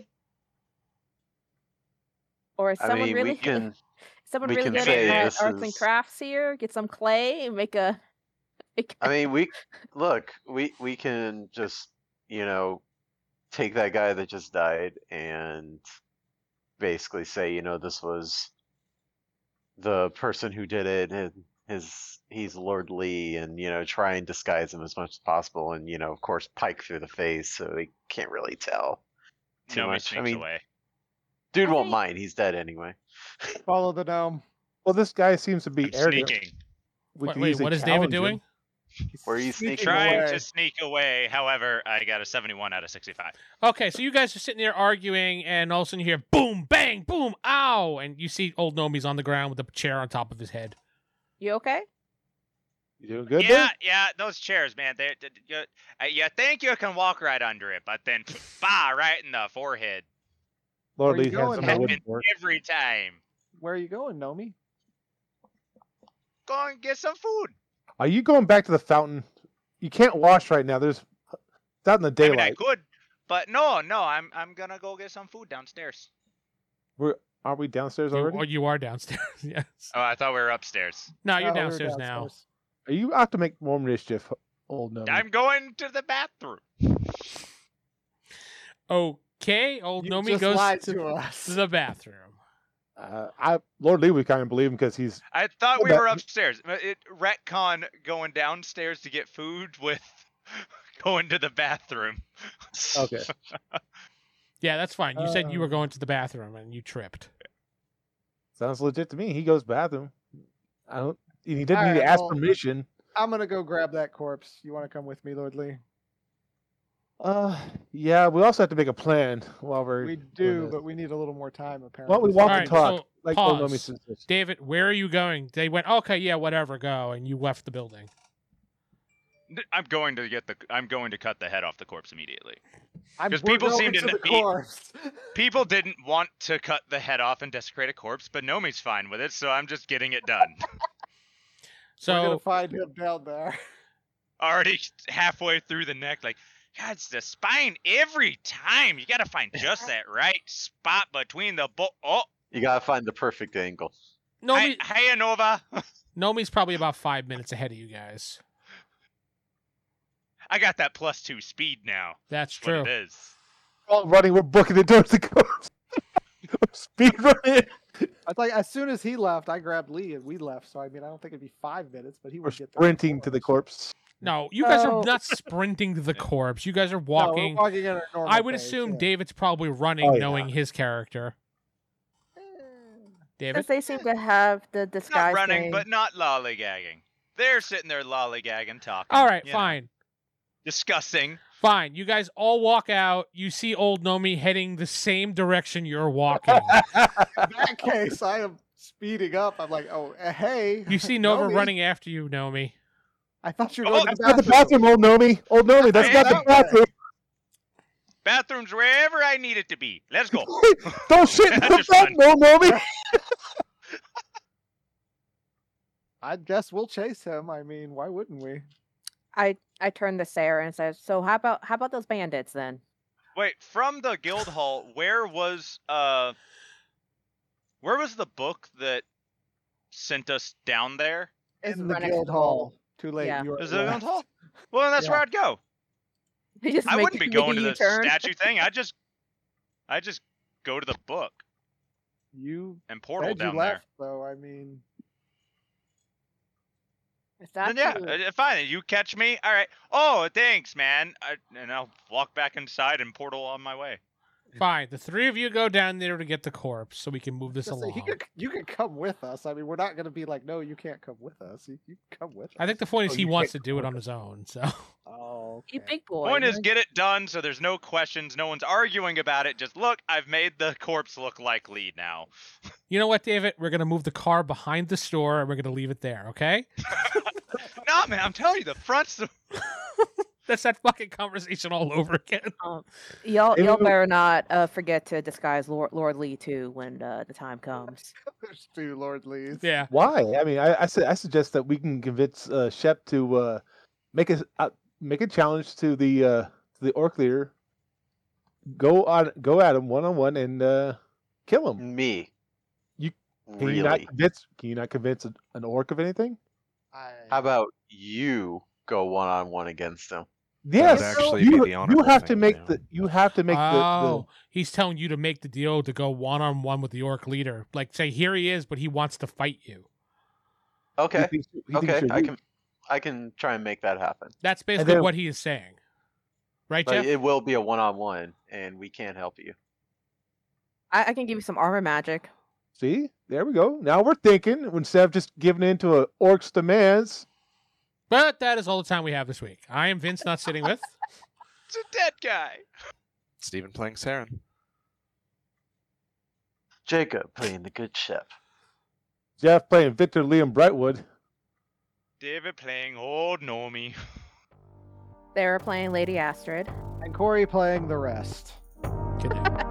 or is
I
someone
mean,
really
we can.
someone
we
really
can
good
say
at
this
uh, arts and
is-
crafts here? Get some clay and make a. make
I
a-
mean, we look. We we can just you know take that guy that just died and basically say you know this was the person who did it and his he's Lord Lee and you know try and disguise him as much as possible and you know of course pike through the face so he can't really tell too
no
much. I
mistakes
mean,
away.
dude
I
won't
think-
mind. He's dead anyway.
Follow the gnome.
Well, this guy seems to be
I'm
arrogant.
sneaking.
We
Wait,
could
wait,
easily
what is
challenge
David
him.
doing?
He's
Were you sneaking
Trying
away?
to sneak away. However, I got a 71 out of 65.
Okay, so you guys are sitting there arguing, and all of a sudden you hear boom, bang, boom, ow, and you see old Nomi's on the ground with a chair on top of his head.
you okay?
You doing good?
yeah, yeah, those chairs, man. They, they, you, uh, you think you can walk right under it, but then bah, right in the forehead
Lord
Where you
Lee has
going,
some
man?
wooden work.
every time.
Where are you going, Nomi?
Go and get some food.
Are you going back to the fountain? You can't wash right now. There's it's out in the
I mean,
daylight.
I could, but no, no. I'm I'm gonna go get some food downstairs.
We're Are we downstairs
You,
already?
or you are downstairs. yes.
Oh, I thought we were upstairs.
No,
No,
you're
we Oh, were
downstairs, now.
downstairs.
Are you out to make more mischief, old
Um,
gnome?
I'm going to the bathroom.
Okay, old
You
Nomi
just
goes
lied
to
to us.
the bathroom.
Uh, I Lord Lee would kind of believe him because he's
I thought we
But-
were upstairs. But It retcon going downstairs to get food with going to the bathroom.
Okay.
Yeah, that's fine. You said you were
Uh.
going to the bathroom and you tripped.
sounds legit to me. He goes bathroom. I don't. and He didn't
All
need to
right,
ask
well-
permission.
I'm gonna go grab that corpse. You want to come with me, Lord Lee?
Uh, yeah. We also have to make a plan while we're.
We
doing
do,
this.
but we need a little more time. Apparently.
Why don't we walk
All
and
right,
talk?
so
like oh, old Nomi
pause.
suggests.
David, where are you going? They went, okay, yeah, whatever, go. And you left the building.
N- I'm going to get the. I'm going to cut the head off the corpse immediately.
I'm-
'Cause
we're
people seem
going
to
the
be-
corpse.
People didn't want to cut the head off and desecrate a corpse, but Nomi's fine with it, so I'm just getting it done.
We're gonna
So
find him down there.
Already halfway through the neck, like, God, it's the spine every time. You gotta find just that right spot between the bo- oh,
You gotta find the perfect angle.
Nomi,
hi- hiya, Nova.
Nomi's probably about five minutes ahead of you guys.
I got that plus two speed now.
That's
That's
true.
What it is.
All running. We're booking it towards the coast. We're speed running.
It's like as soon as he left, I grabbed Lee and we left. So I mean, I don't think it'd be five minutes, but he
We're
would get there
sprinting to the
before us.
corpse.
No, you guys
No.
are not sprinting to the corpse. You guys are
No, we're
walking.
walking at our normal
I would
pace,
assume
yeah.
David's probably running,
Oh, yeah.
knowing his character. David,
Since they seem to have the
Not
disguise
running,
thing,
but not lollygagging. They're sitting there lollygagging, talking.
all right,
you know,
fine,
discussing.
fine. You guys all walk out. You see old Nomi heading the same direction you're walking.
In that case, I am speeding up. I'm like, oh, eh, hey.
you see Nova
Nomi,
running after you, Nomi.
I thought you were
Oh,
going to
That's
the
not the
bathroom.
bathroom, old Nomi. Old Nomi, that's
Hey,
not the
that
bathroom.
Bathrooms wherever I need it to be. Let's go.
Don't shit in
I
the
just
bathroom, old Nomi.
I guess we'll chase him. I mean, why wouldn't we?
I I turned to Sarah and said, "So how about how about those bandits then?"
Wait, from the guild hall, where was uh where was the book that sent us down there?
It's
In the
running
guild
to
hall. Too late.
Yeah.
You
Is
are
it the guild
left.
hall? Well then that's
Yeah.
where I'd go.
They just
I
make-
wouldn't be
make
going
a
to the
U-turn.
statue thing. I just I just go to the book
You
and portal
said you
down
left, though. I mean,
It's
there.
not
Then yeah,
you.
uh, fine. You catch me. All right. Oh, thanks, man. I, and I'll walk back inside and portal on my way.
Fine. The three of you go down there to get the corpse, so we can move this
just say,
along.
he could, you could come with us. I mean, we're not going to be like, no, you can't come with us. You, you can come with us.
I think the point is
Oh,
he
you
wants to
can't
do it
go.
on his own. So
Oh,
You
okay.
big boy.
Point is,
man.
get it done so there's no questions. No one's arguing about it. Just look, I've made the corpse look like Lee now.
you know what, David? We're gonna move the car behind the store and we're gonna leave it there. Okay?
No, man, I'm telling you, the front's the.
That's that fucking conversation all over again.
y'all
Maybe
y'all
we-
better not uh, forget to disguise Lord, Lord Lee too when uh, the time comes.
There's two Lord Lees.
Yeah.
Why? I mean, I, I, su- I suggest that we can convince uh, Shep to uh, make a uh, make a challenge to the uh, to the orc leader. Go on, go at him one on one and uh, kill him.
Me.
You-
Mm,
Can
really?
you not convince? Can you not convince an, an orc of anything?
I,
How about you go one on one against him?
That
Yes,
would actually be
you,
the
you
honorable
have to
thing
make
do.
the you have to make
oh, he's telling you to make the deal to go one on one with the orc leader. Like, say, here he is, but he wants to fight you.
the. the
Okay.
he thinks you- he thinks
Okay.
you're
I
weak.
can I can try and make that happen.
That's basically
then-
what he is saying, right,
But
Jeff?
it will be a one on one and we can't help you.
I, I can give you some armor magic.
See, there we go. Now we're thinking instead of just giving in to an orc's demands.
but that is all the time we have this week. I am Vince, not sitting with.
It's a dead guy.
Stephen playing Saren.
Jacob playing the good ship.
Jeff playing Victor Liam Brightwood.
David playing old Nomi.
They were playing Lady Astrid.
and Corey playing the rest.
Good night.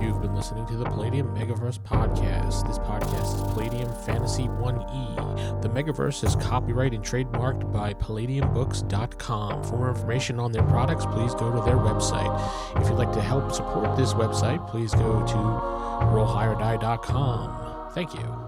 You've been listening to the Palladium Megaverse podcast. This podcast is Palladium Fantasy 1E. The Megaverse is copyright and trademarked by PalladiumBooks.com. For more information on their products, please go to their website. If you'd like to help support this website, please go to RollHigherDie.com. Thank you.